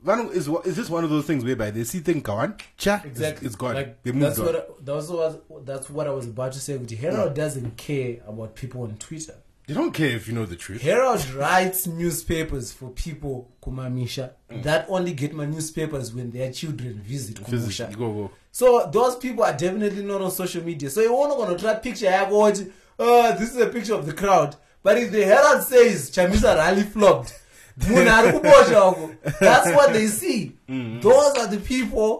Vanu is is this one of those things whereby they see thing gone, cha, exactly. it's, it's gone. Like, they moved that's on. what I, that's what that's what I was about to say. With Herald doesn't care about people on Twitter. they don't care if you know the truth. Herald writes newspapers for people Kumamisha Mm. that only get my newspapers when their children visit Physics- Kumusha. go, go. So those people are definitely not on social media. So you want to gonna try picture yako ukuthi, uh, this is a picture of the crowd. But if the Herald says Chamisa rally flopped, munhu ari kuboshwa uko, that's what they see. Mm-hmm. Those are the people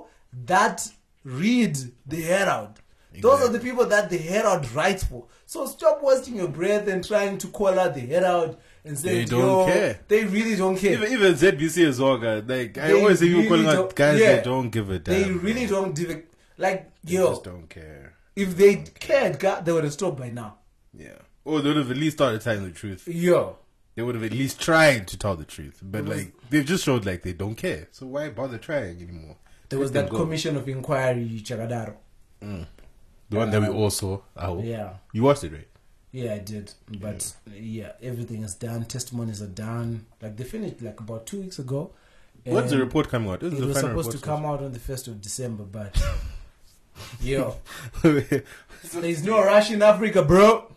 that read the Herald. Those are the people that the Herald writes for. So stop wasting your breath and trying to call out the Herald and say They don't "Yo, care." They really don't care. Even, even ZBC is all guy. Like I They always see really people calling out don't- guys yeah. that don't give a damn. they really bro. don't give a like They yo. just don't care. If they cared, God, they would have stopped by now. Yeah. Or they would have at least started telling the truth. Yo. They would have at least tried to tell the truth. But was- like they've just showed like they don't care. So why bother trying anymore? There Let was them that go. commission of inquiry, Chagadaro. the one that we all saw. I hope. Yeah. You watched it, right? Yeah, I did. But yeah. everything is done. Testimonies are done. Like they finished like about two weeks ago. When's the And report coming out? This is It the was final supposed report to so come out on the first of December, but yo, it's, there's no rush in Africa, bro.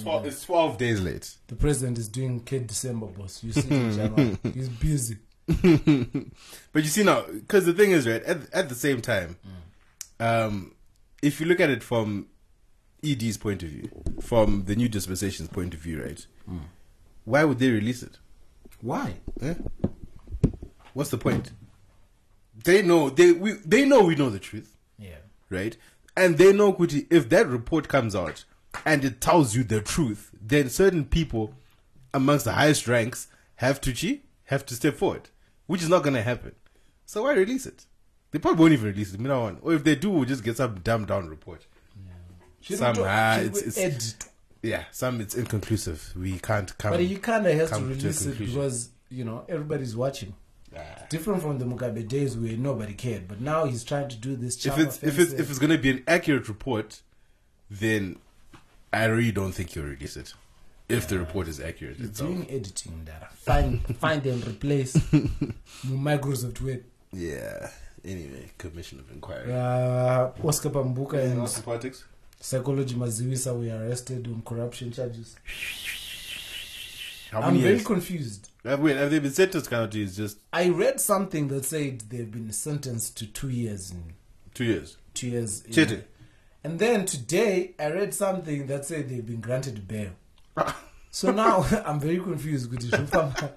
12, it's 12 days late. The president is doing kid December, boss. You see, Jamal, he's busy. But you see now, because the thing is, right, at, at the same time, um, if you look at it from ED's point of view, from the new dispensation's point of view, right, Hmm. why would they release it? Why? Eh? What's the point? They know they we they know we know the truth, Yeah. right? And they know Kuti if that report comes out and it tells you the truth, then certain people amongst the highest ranks have to cheat, have to step forward, which is not going to happen. So why release it? They probably won't even release it. from now on. Or if they do, we'll just get some dumbed down report. Should we talk- Somehow should it's, we it's add to- yeah, some it's inconclusive. We can't come. But he kind of has to Um, come to a release it conclusion. Ah. because, you know, everybody's watching. Different from the Mugabe days where nobody cared, but now he's trying to do this. if charm it's if it's offensive. if it's gonna be an accurate report, then I really don't think he'll release it. If the report is accurate, He's itself. doing editing, Dara. Find find and replace Microsoft with yeah. Anyway, commission of inquiry. uh, Oscar Pambuka and Lots of politics. psychology Maziwisa were arrested on corruption charges. How I'm many very years? confused. Have, wait, have they been sentenced? County is just I read something that said they've been sentenced to two years in two years. two years. In, Chete. And then today I read something that said they've been granted bail. so now I'm very confused. kuti zvofamba-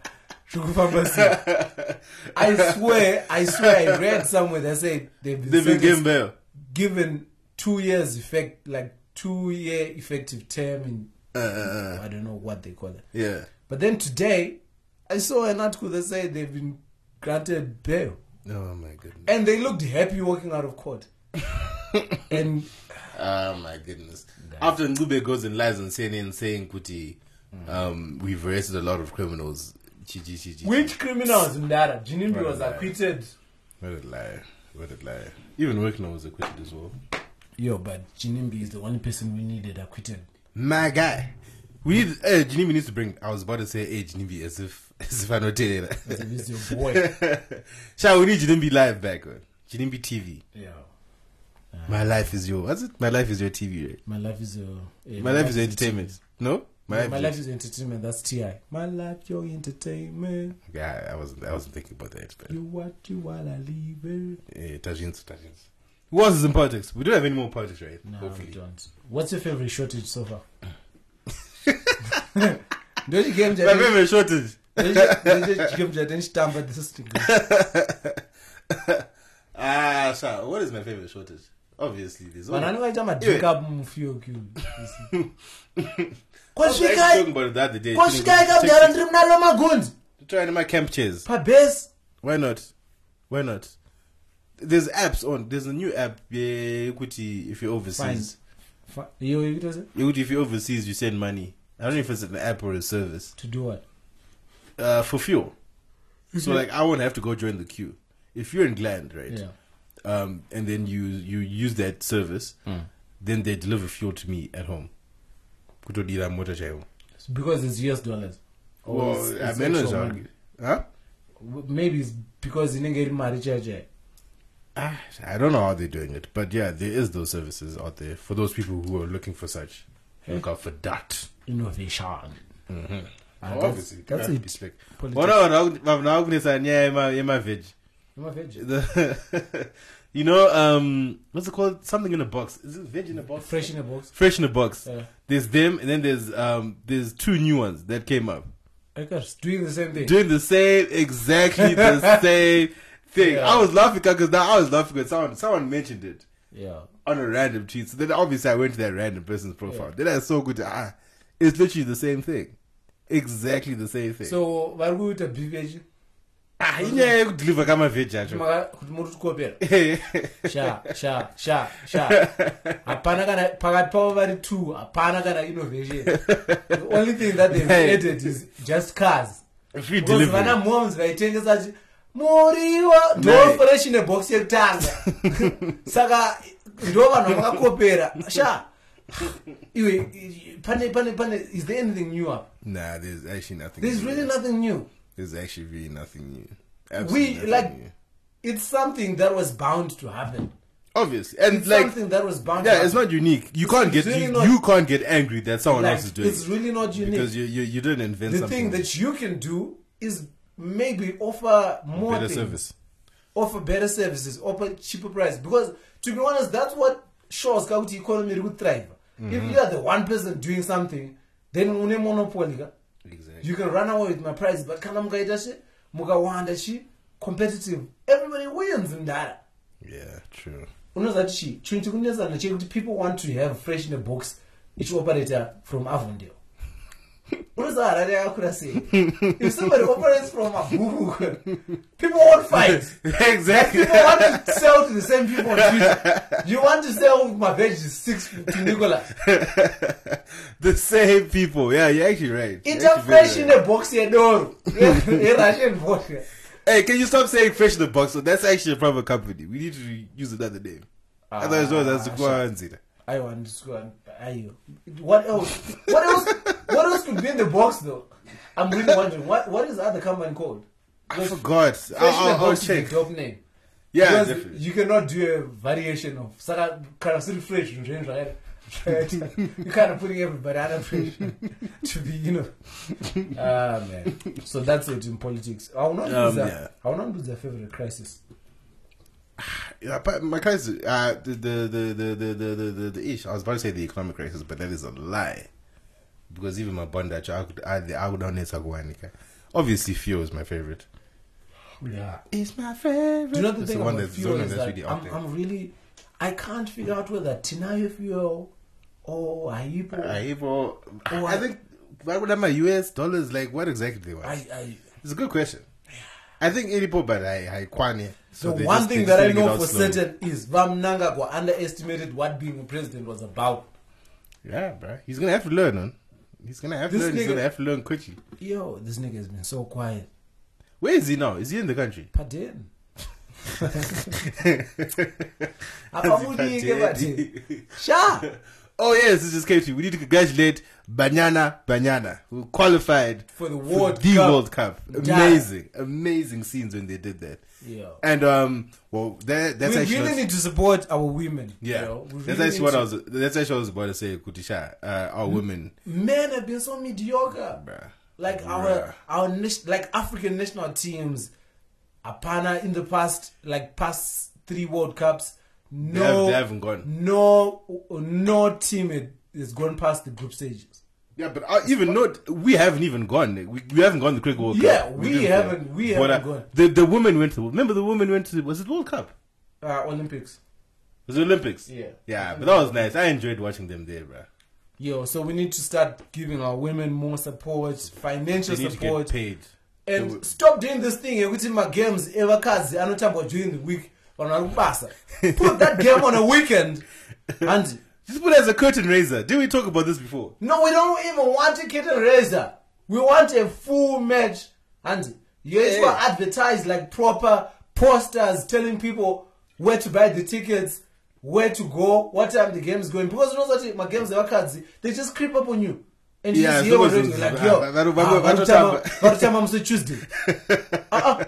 zvokufamba sei. I swear, I swear, I read somewhere that said they've been, They've been given sentenced- bail. given two years effect, like two year effective term in Uh, uh, uh, I don't know what they call it. yeah. But then today, I saw an article that said they've been granted bail, Oh my goodness. and they looked happy walking out of court. and Oh my goodness. After Ngube goes and lies on CNN saying, Kuti, um, we've arrested a lot of criminals. Chi, chi, chi, chi. which criminals in Dara? Jinimbi was Right. acquitted. What a lie. What a lie. Even Wickner was acquitted as well. Yo, but Jinimbi is the only person we needed acquitted. My guy. We need, uh, Geneva needs to bring, I was about to say, hey, Geneva, as if, as if I know It Taylor. is your boy. Shall we need Geneva live back on? Geneva TV. yeah. My life is your, what's it? My life is your TV, right? My life is your. eh, My life is your entertainment. No? My, is your- life is entertainment. That's Ti. My life, your entertainment. Yeah, I wasn't, I wasn't thinking about that. But. eh, You watch you while I leave it. Yeah, Tajins, Tajins. Who else is in politics? We don't have any more politics, right? No, Hopefully. we don't. What's your favorite shortage so far? don't you give My them favorite shortage. the Ah, sure. What is my favorite shortage? Obviously, there's only- vananovaita madrinkup mufioq I was talking kwasvikai about it the other day. kwasvikai kabudaro ndiri munalo magunzi Trying my camp chairs. pabhesi Why not? Why not? There's apps on. There's a new app. Yeah, Kuti, if you're overseas, Fa- yo, you know, Kuti, if you're overseas, you send money. I don't know if it's an app or a service. to do what Uh, for fuel. So like, I won't have to go join the queue. If you're in Gland, right? Mhm. yeah um, and then you you use that service, then they deliver fuel to me at home. Kutodira mota chaiwo. because it's us dollars Or Well, Oh, it's- I it's mean, actual it's- money. huh? W- maybe it's because inenge iri mari chaichaiyo Ah, I don't know how they're doing it, but yeah, there is those services out there for those people who are looking for such. Look out for that. innovation Ah, Oh, that's- obviously, that's yeah, it. it's like- Politics. What about nakunesanya ema ema veg? Am I veg? The- You know, um, what's it called? Something in a box. Is it veg in a box? fresh in a box Fresh in a box. Yeah. There's them, and then there's um, there's two new ones that came up. Akers, doing the same thing doing the same exactly the same thing. Yeah. I was laughing because now I was laughing when someone someone mentioned it yeah on a random tweet. So then obviously I went to that random person's profile. Then I saw good ah, it's literally the same thing, exactly the same thing. so vari kuita bhivechi ah, inyaya yekudeliver kwama-veg actually. kuti muri kutikopera sha sha sha sha hapana kana pakati pavo vari two hapana kana innovation the only thing that they've Hey. created is just cars Free because vana delivery. moms vaitengesa chi muriwo ndo Right. fresh nebhokisi yekutanga saka ndo vanhu vakakopera sha iwe i- pane pane pane is there anything new up Nah, there's actually nothing. there's new. really nothing new There's actually really nothing new. We, Absolutely like- new. it's something that was bound to happen obviously and it's like something that was bound to yeah, happen. it's not unique. You can't get really you, not- you can't get angry that someone like, else is doing. it's really not unique because you, you you didn't invent the something thing new. that you can do is maybe offer more better things, service. offer better services, offer cheaper price. Because to be honest, that's what shows how the economy would thrive. If you are the one person doing something, then une monopoly. ka. Exactly. You can run away with my price, but kana mukaita shi, mukawanda shi, competitive. Everybody wins in that. Yeah, true. unozati chii chinhu chikunesana chekuti people want to have fresh in a box ichioperator from avondale unoziva harare yakakura sei if somebody operates from abhuku people won't fight exactly. people want to sell to the same people on Twitter. You want to sell my veggies six to Nicholas. the same people. Yeah, you're actually right. You're Eat actually up fresh very in right. a box here, no. A Russian vodka. Hey, can you stop saying fresh in the box? So that's actually a proper company. We need to re- use another name. Ah, Otherwise, no, that's the Kwanzaa. I want to go and buy you. What else? What else? what else could be in the box though? I'm really wondering what what is the other company called? I forgot. I'll, Fresh in a I'll, I'll box is check. a dope name. Yeah, Because definitely. you cannot do a variation of Saka Karasuri Fresh and Range Rider. You're kind of putting everybody under pressure to be, you know. Ah, man. So that's it in politics. I will not Um, lose yeah. that. I will not lose their favorite crisis. Yeah, but my crisis, uh, the, the, the, the, the, the, the, the, the ish, I was about to say the economic crisis, but that is a lie. Because even my bond that I could, I, I would only talk one. Obviously, Fear is my favorite. Yeah. It's my favorite. Do you know the It's thing the one about that's, the fuel one is that's that really up I'm, there. I'm really, I can't figure out whether Tinayo fuel or Aipo. I, I, well, Oh, I I- think, why would I have my US dollars? Like, what exactly they want? I, I It's a good question. I think any pop, but I, I Kwani. the one thing that I know for certain is Vam Nangagwa underestimated what being a president was about. Yeah, bro. He's gonna have to learn, man. He's gonna have to This learn. He's nigga- gonna have to learn quickly. Yo, this nigga has been so quiet. Where is he now? Is he in the country? Pardon. Has he Apamudike partake? Sha. oh yes, this just came to you. We need to congratulate Banyana Banyana, who qualified For the World the Cup. World Cup. Yeah. Amazing, amazing scenes when they did that. Yeah. And um, well, that that's we actually really what's- need to support our women. yeah. You know? We that's really actually need what to- I was. That's actually what I was about to say. Kutisha, uh, our women, Men have been so mediocre. bruh. Like Bruh. our our nation, like African national teams, apana in the past like past three World Cups, no, they haven't gone. No, no team had- has gone past the group stages. Yeah, but uh, even not we haven't even gone. We, we haven't gone to the Cricket World Yeah, Cup. we didn't haven't- go. uh, we haven't gone. The the women went to. Remember, the women went to. Was it World Cup? Uh, Olympics. Was it Olympics? Yeah. Yeah, but that was nice. I enjoyed watching them there, bro. Yo, so we need to start giving our women more support, They financial need support, to get paid. and They were- stop doing this thing eh, yekuti magames evakadzi anotambwa during the week vanhu vari kubasa put that game on a weekend handi Just put it as a curtain raiser. Did we talk about this before? no we don't even want a kitten raiser we want a full match handi yoitwa Yeah. advertise like proper posters telling people where to buy the tickets where to go what time the game is going because unozoti magames evakadzi they just creep up on you and you Yeah, just hear what someone's- they're doing, like ah, yo that- that- ah, that- varotamba- varotamba musi tuesday Ah, ah.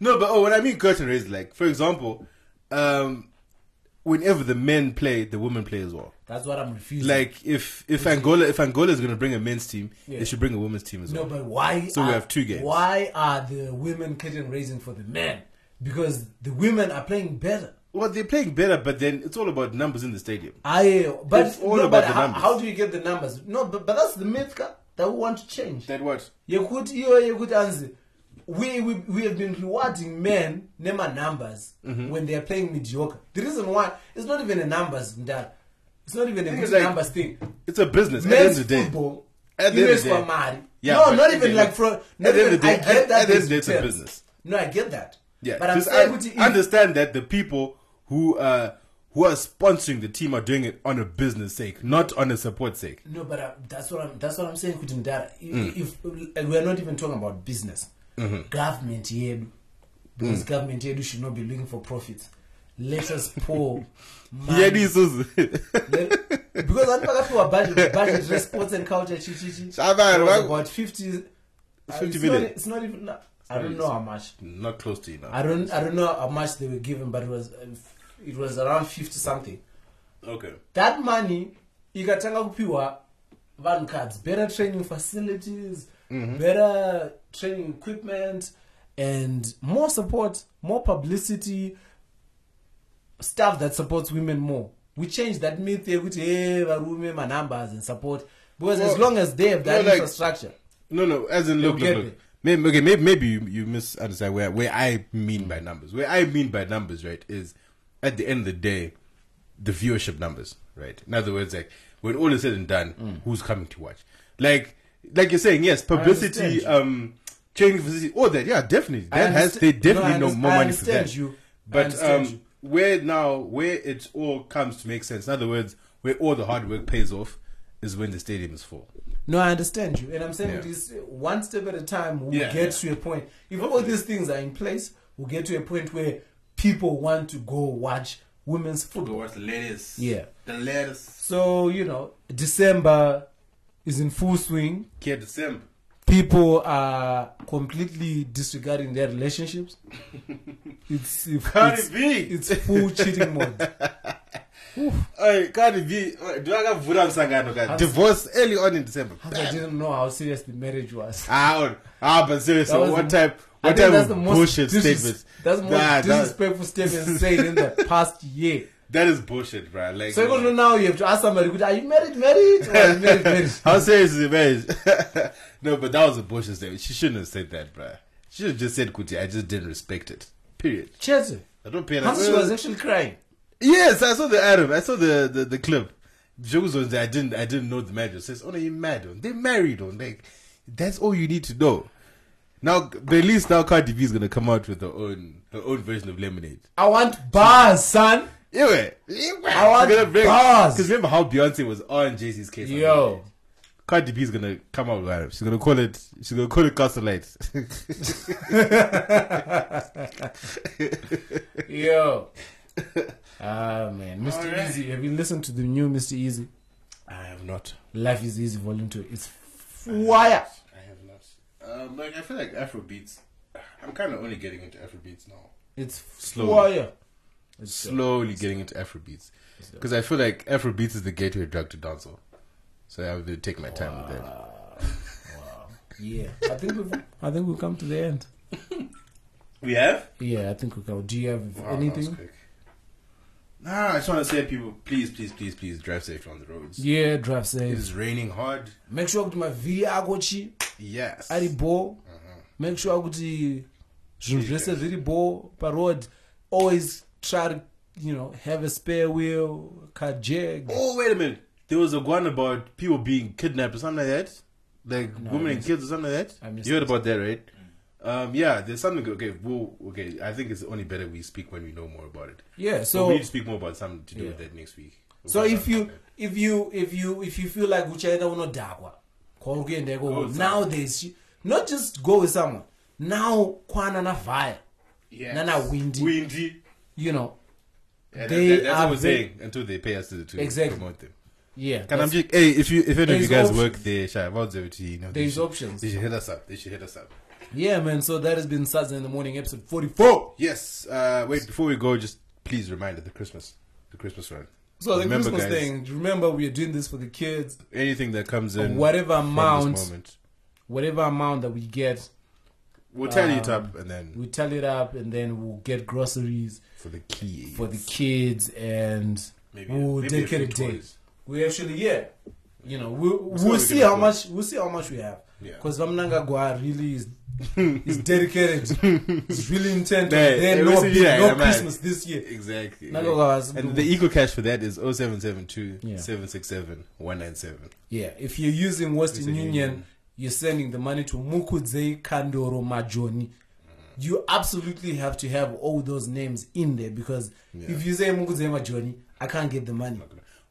no, but oh, what I mean curtain raiser, like for example, um, whenever the men play, the women play as well. That's what I'm refusing. Like if if Angola if Angola is going to bring a men's team, Yeah. they should bring a women's team as no, well. but why? So we are- have two games. Why are the women curtain raising for the men? Because the women are playing better. Well, they're playing better, but then it's all about numbers in the stadium. I but It's all no, about but the how, numbers. how do you get the numbers? No, but, but that's the myth ka, that we want to change. That what? You could you you could answer. We, we we have been rewarding men name and numbers Mhm. when they are playing mediocre. The reason why it's not even a numbers that it's not even a Thing good is like- numbers thing. It's a business. At the end men's of the day, football. At the end of Ines the day. Wamari. Yeah, no, but not at even the like end- from. at Not the end even, of the day- I at- get at that. the end of there's the day, it's a terms. business. No, I get that. yeah. but I'm just saying, I ukuthi if- understand that the people who uh who are sponsoring the team are doing it on a business sake, not on a support sake. No, but uh, that's what I'm. That's what I'm saying. Kuti mdara. I- Mm. If, and we're not even talking about business, Mm-hmm. government yedu, Mm. because government yedu should not be looking for profits. Let us pour. money. Yeah, this is. Let- because I'm talking about budget, budget, for sports and culture. Chi, chi, chi. Shaban, It was why- about fifty. uh, 50 it's million. Not, it's not even. I don't know how much. Not close to you now. I don't I don't know how much they were given, but it was uh, it was around fifty something. Okay. That money ikatanga kupiwa vanhukadzi better training facilities, Mhm. better training equipment, and more support, more publicity, stuff that supports women more. We change that myth yekuti hey varume manumbers and support because as Well, long as they have that no, like- infrastructure. No, no. As in, look, get look, look. me. Maybe, okay, maybe, maybe you, you misunderstand where where I mean by numbers. Where I mean by numbers, right, is at the end of the day, Mm. the viewership numbers, right. In other words, like when all is said and done, who's coming to watch? Like, like you're saying, yes, publicity, understand um, training publicity, all that. Yeah, definitely. I That has understa- they no, definitely I know underst- more I money for understand that. you. I But understand um, you. where now, where it all comes to make sense. In other words, where all the hard work pays off is when the stadium is full. No, I understand you, and I'm saying Yeah. this one step at a time. We Yeah, get yeah. to a point. If all these things are in place, we will get to a point where people want to go watch women's football. What's the latest? Yeah. The latest. So you know, December is in full swing. Care December. People are completely disregarding their relationships. It's it's, Cardi it's, B. it's full cheating mode. Hey, Cardi B, hey, do I got Vura Msangano, guys? Divorce early on in December. I didn't know how serious the marriage was. Ah, oh, ah, but seriously, That was what the- type, I what think type that's the of most bullshit disres- statements? That's the most Nah, that, disrespectful statement said in the past year. that is bullshit, bro. Like, So you know, now you have to ask somebody, "Are you married? Married? Or are you married? Married?" how serious is the marriage? no, but that was a bullshit statement. She shouldn't have said that, bro. She should have just said, "Kuti, I just didn't respect it." Period. Chelsea. I don't pay. Hans like, was actually crying. Yes, I saw the Adam. I saw the the, the clip. Jokes was that I didn't I didn't know the marriage. It says, "Oh, no, you mad on? They married on. Like that's all you need to know." Now, but at least now Cardi B is gonna come out with her own her own version of Lemonade. I want bars, son. Anyway, I want bars. Because remember how Beyonce was on Jay Z's case. on Yo. Lemonade? Cardi B is gonna come out with that. She's gonna call it. She's gonna call it Castle Lights. Yo. ah man, Mr. Alright. Easy. Have you listened to the new Mr. Easy? I have not. Life is easy, volume two. It's fire. I have not. Um, like I feel like Afrobeats. I'm kind of only getting into Afrobeats now. It's Slowly. fire. It's slowly getting into Afrobeats. Because I feel like Afrobeats is the gateway drug to dancehall. So I'm going to take my time with that. Yeah. I think we've I think we've come to the end. We have? Yeah, I think we can. Do you have anything? Nah, I just want to say, people, please, please, please, please drive safe on the roads. Yeah, drive safe. It's raining hard. Make sure kuti mavhiri agochi Yes. ari bo Mhm. make sure kuti zvinhu zvese zviri bo paroad always try to you know have a spare wheel kajeg Oh, wait a minute. There was a one about people being kidnapped or something like that. Like women and kids or something like I that. missed Mm. You heard about that, right? Um, yeah, there's something. Okay, well, okay. I think it's only better we speak when we know more about it. yeah So we so need to speak more about something to do with Yeah. that next week. We'll so find if out you about that. if you if you if you feel like uchaenda unodhakwa kwauri kuenda ikoko Go with nowadays she- not just go with someone now kwana navhaya Yes. Nana Windy. Windy. you know Yeah, that- They that- that's are what we're very- saying until they pay us to, to Exactly. promote them. yeah Can I'm that's- just hey if you if any of you There's guys options. work there, shout out to you know they There's should- options. They should hit us up. They should hit us up. yeah man so that has been Saturday in the morning episode 44 Four. Yes. Uh, wait before we go, just please remind of the Christmas, the Christmas run. so the Remember, christmas guys, thing remember we are doing this for the kids anything that comes in, Whatever from this amount. moment, whatever amount that we get, we'll tally it Um, up and then we tally it up and then we'll get groceries for the key for the kids and Maybe- we'll maybe a take it few a day. toys. We actually, yeah, you know, we, So we we'll see can how afford. much we'll see how much we have. Yeah. Because Vamnanga Gua really is is dedicated. It's really intent. Yeah, There yeah, no, we see big- that, no yeah, man. Christmas this year. exactly. Nago kawas- And the eco cash for that is 0772 Yeah. 767 197. Yeah, if you're using Western Western Union, Union. you're sending the money to Mukudzei Kandoro Majoni. You absolutely have to have all those names in there because if you say Mukudzei Majoni, I can't get the money.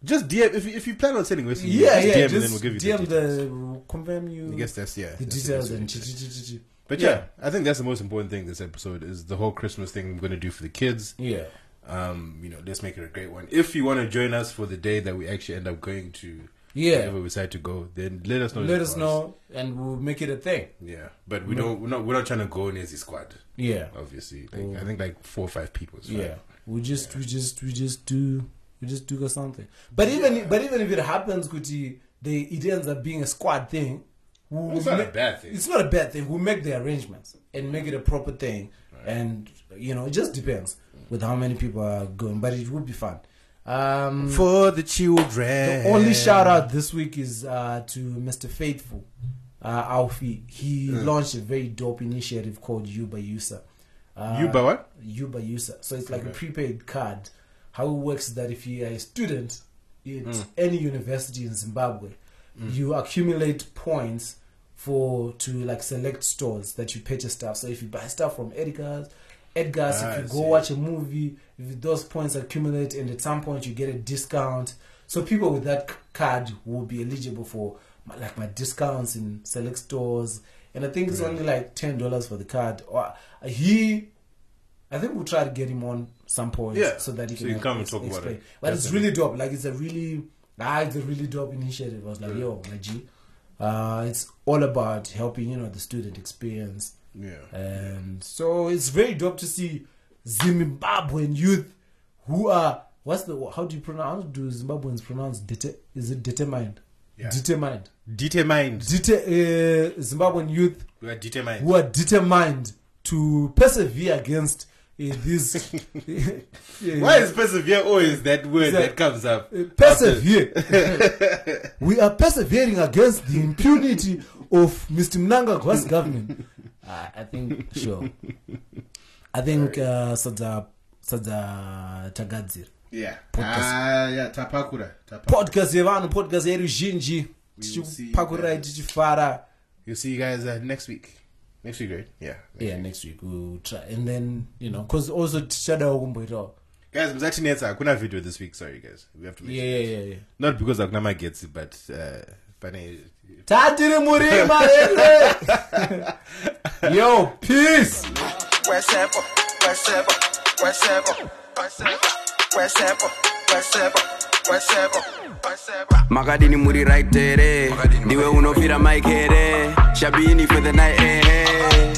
Just DM if you, if you plan on sending Western Union, Yeah, just yeah, DM and just then we'll give you DM the, details. the, we'll confirm you I guess that's yeah. the that's details best way and to ch- do it. ch- ch- ch- ch- But yeah. I think that's the most important thing this episode is the whole Christmas thing we're going to do for the kids. yeah. Um, you know, let's make it a great one. If you want to join us for the day that we actually end up going to, Yeah. wherever we decide to go, then let us know. in Let us advance. know and we'll make it a thing. Yeah, but we don't. We're not. We're not trying to go in as a squad. Yeah. Obviously, like, I think like four or five people. is fine. Yeah. We just we just we just do we just do something. But even but even if it happens Kuti they it ends up being a squad thing. We'll It's not a ma- bad thing. It's not a bad thing. We'll make the arrangements and make it a proper thing. And you know, it just depends with how many people are going. But it will be fun. Um for the children. The only shout out this week is uh, to Mr. Faithful, uh, Alfie. He launched a very dope initiative called Yuba User. Uh, Yuba what? Yuba User. So it's like a prepaid card. Mm. How it works is that if you are a student at any university in Zimbabwe, you accumulate points for to like select stores that you purchase stuff. So if you buy stuff from Edgar's, Edgar's, Ah, if I you see. go watch a movie, if those points accumulate, and at some point you get a discount. So people with that c- card will be eligible for my- like my discounts in select stores. And I think it's Mm. only like ten dollars for the card. Or he, I think we'll try to get him on some point, Yeah. so that he So can you can come and ex- talk about explain. it. But it's really dope. Like it's a really, ah, it's a really dope initiative. I was like, yo, my G, uh, it's all about helping you know the student experience. Yeah. And so it's very dope to see Zimbabwean youth who are what's the how do you pronounce how do Zimbabweans pronounce dete, is it determined? Yeah. Determined. Determined. Dete, uh, Zimbabwean youth We are determined. who are determined to persevere against uh, these uh, Why is persevere always that word Exact- that comes up? uh, persevere. we are persevering against the impunity of Mr. Mnangagwa's government. Uh, I think, sure. I think uh, sadza sadza tagadzira Yeah. Podcast. Ah, yeah. Tapakura. Tapakura. podcast yevanhu podcast yeruzhinji will see tichipakurirai that. tichifara You'll see you guys uh, next week. Next week, right? Yeah. yeah next week we'll try and then you know because also tichadawo kumboitawo Guys, mzatinetsa hakuna video this week. Sorry, guys. We have to make yeah, yeah, yeah, yeah. Not because hakuna magetsi, but uh, pane... tatiri murima here yo peace Wherever, wherever, wherever, wherever, wherever, wherever, wherever. Makadini muri right here, ndiwe unofira mike here, shabini for the night eh, eh.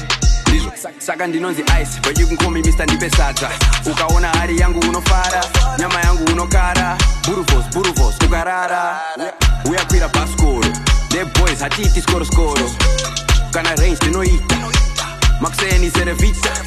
Ndizvo, sa- saka ndinonzi ice but you can call me mr ndipe sata ukaona hari yangu unofara nyama yangu unokara burufos burufos ukarara uyakwira bhasikoro theboys hatiiti skoroskoro kana range ndinoita makuseni serevita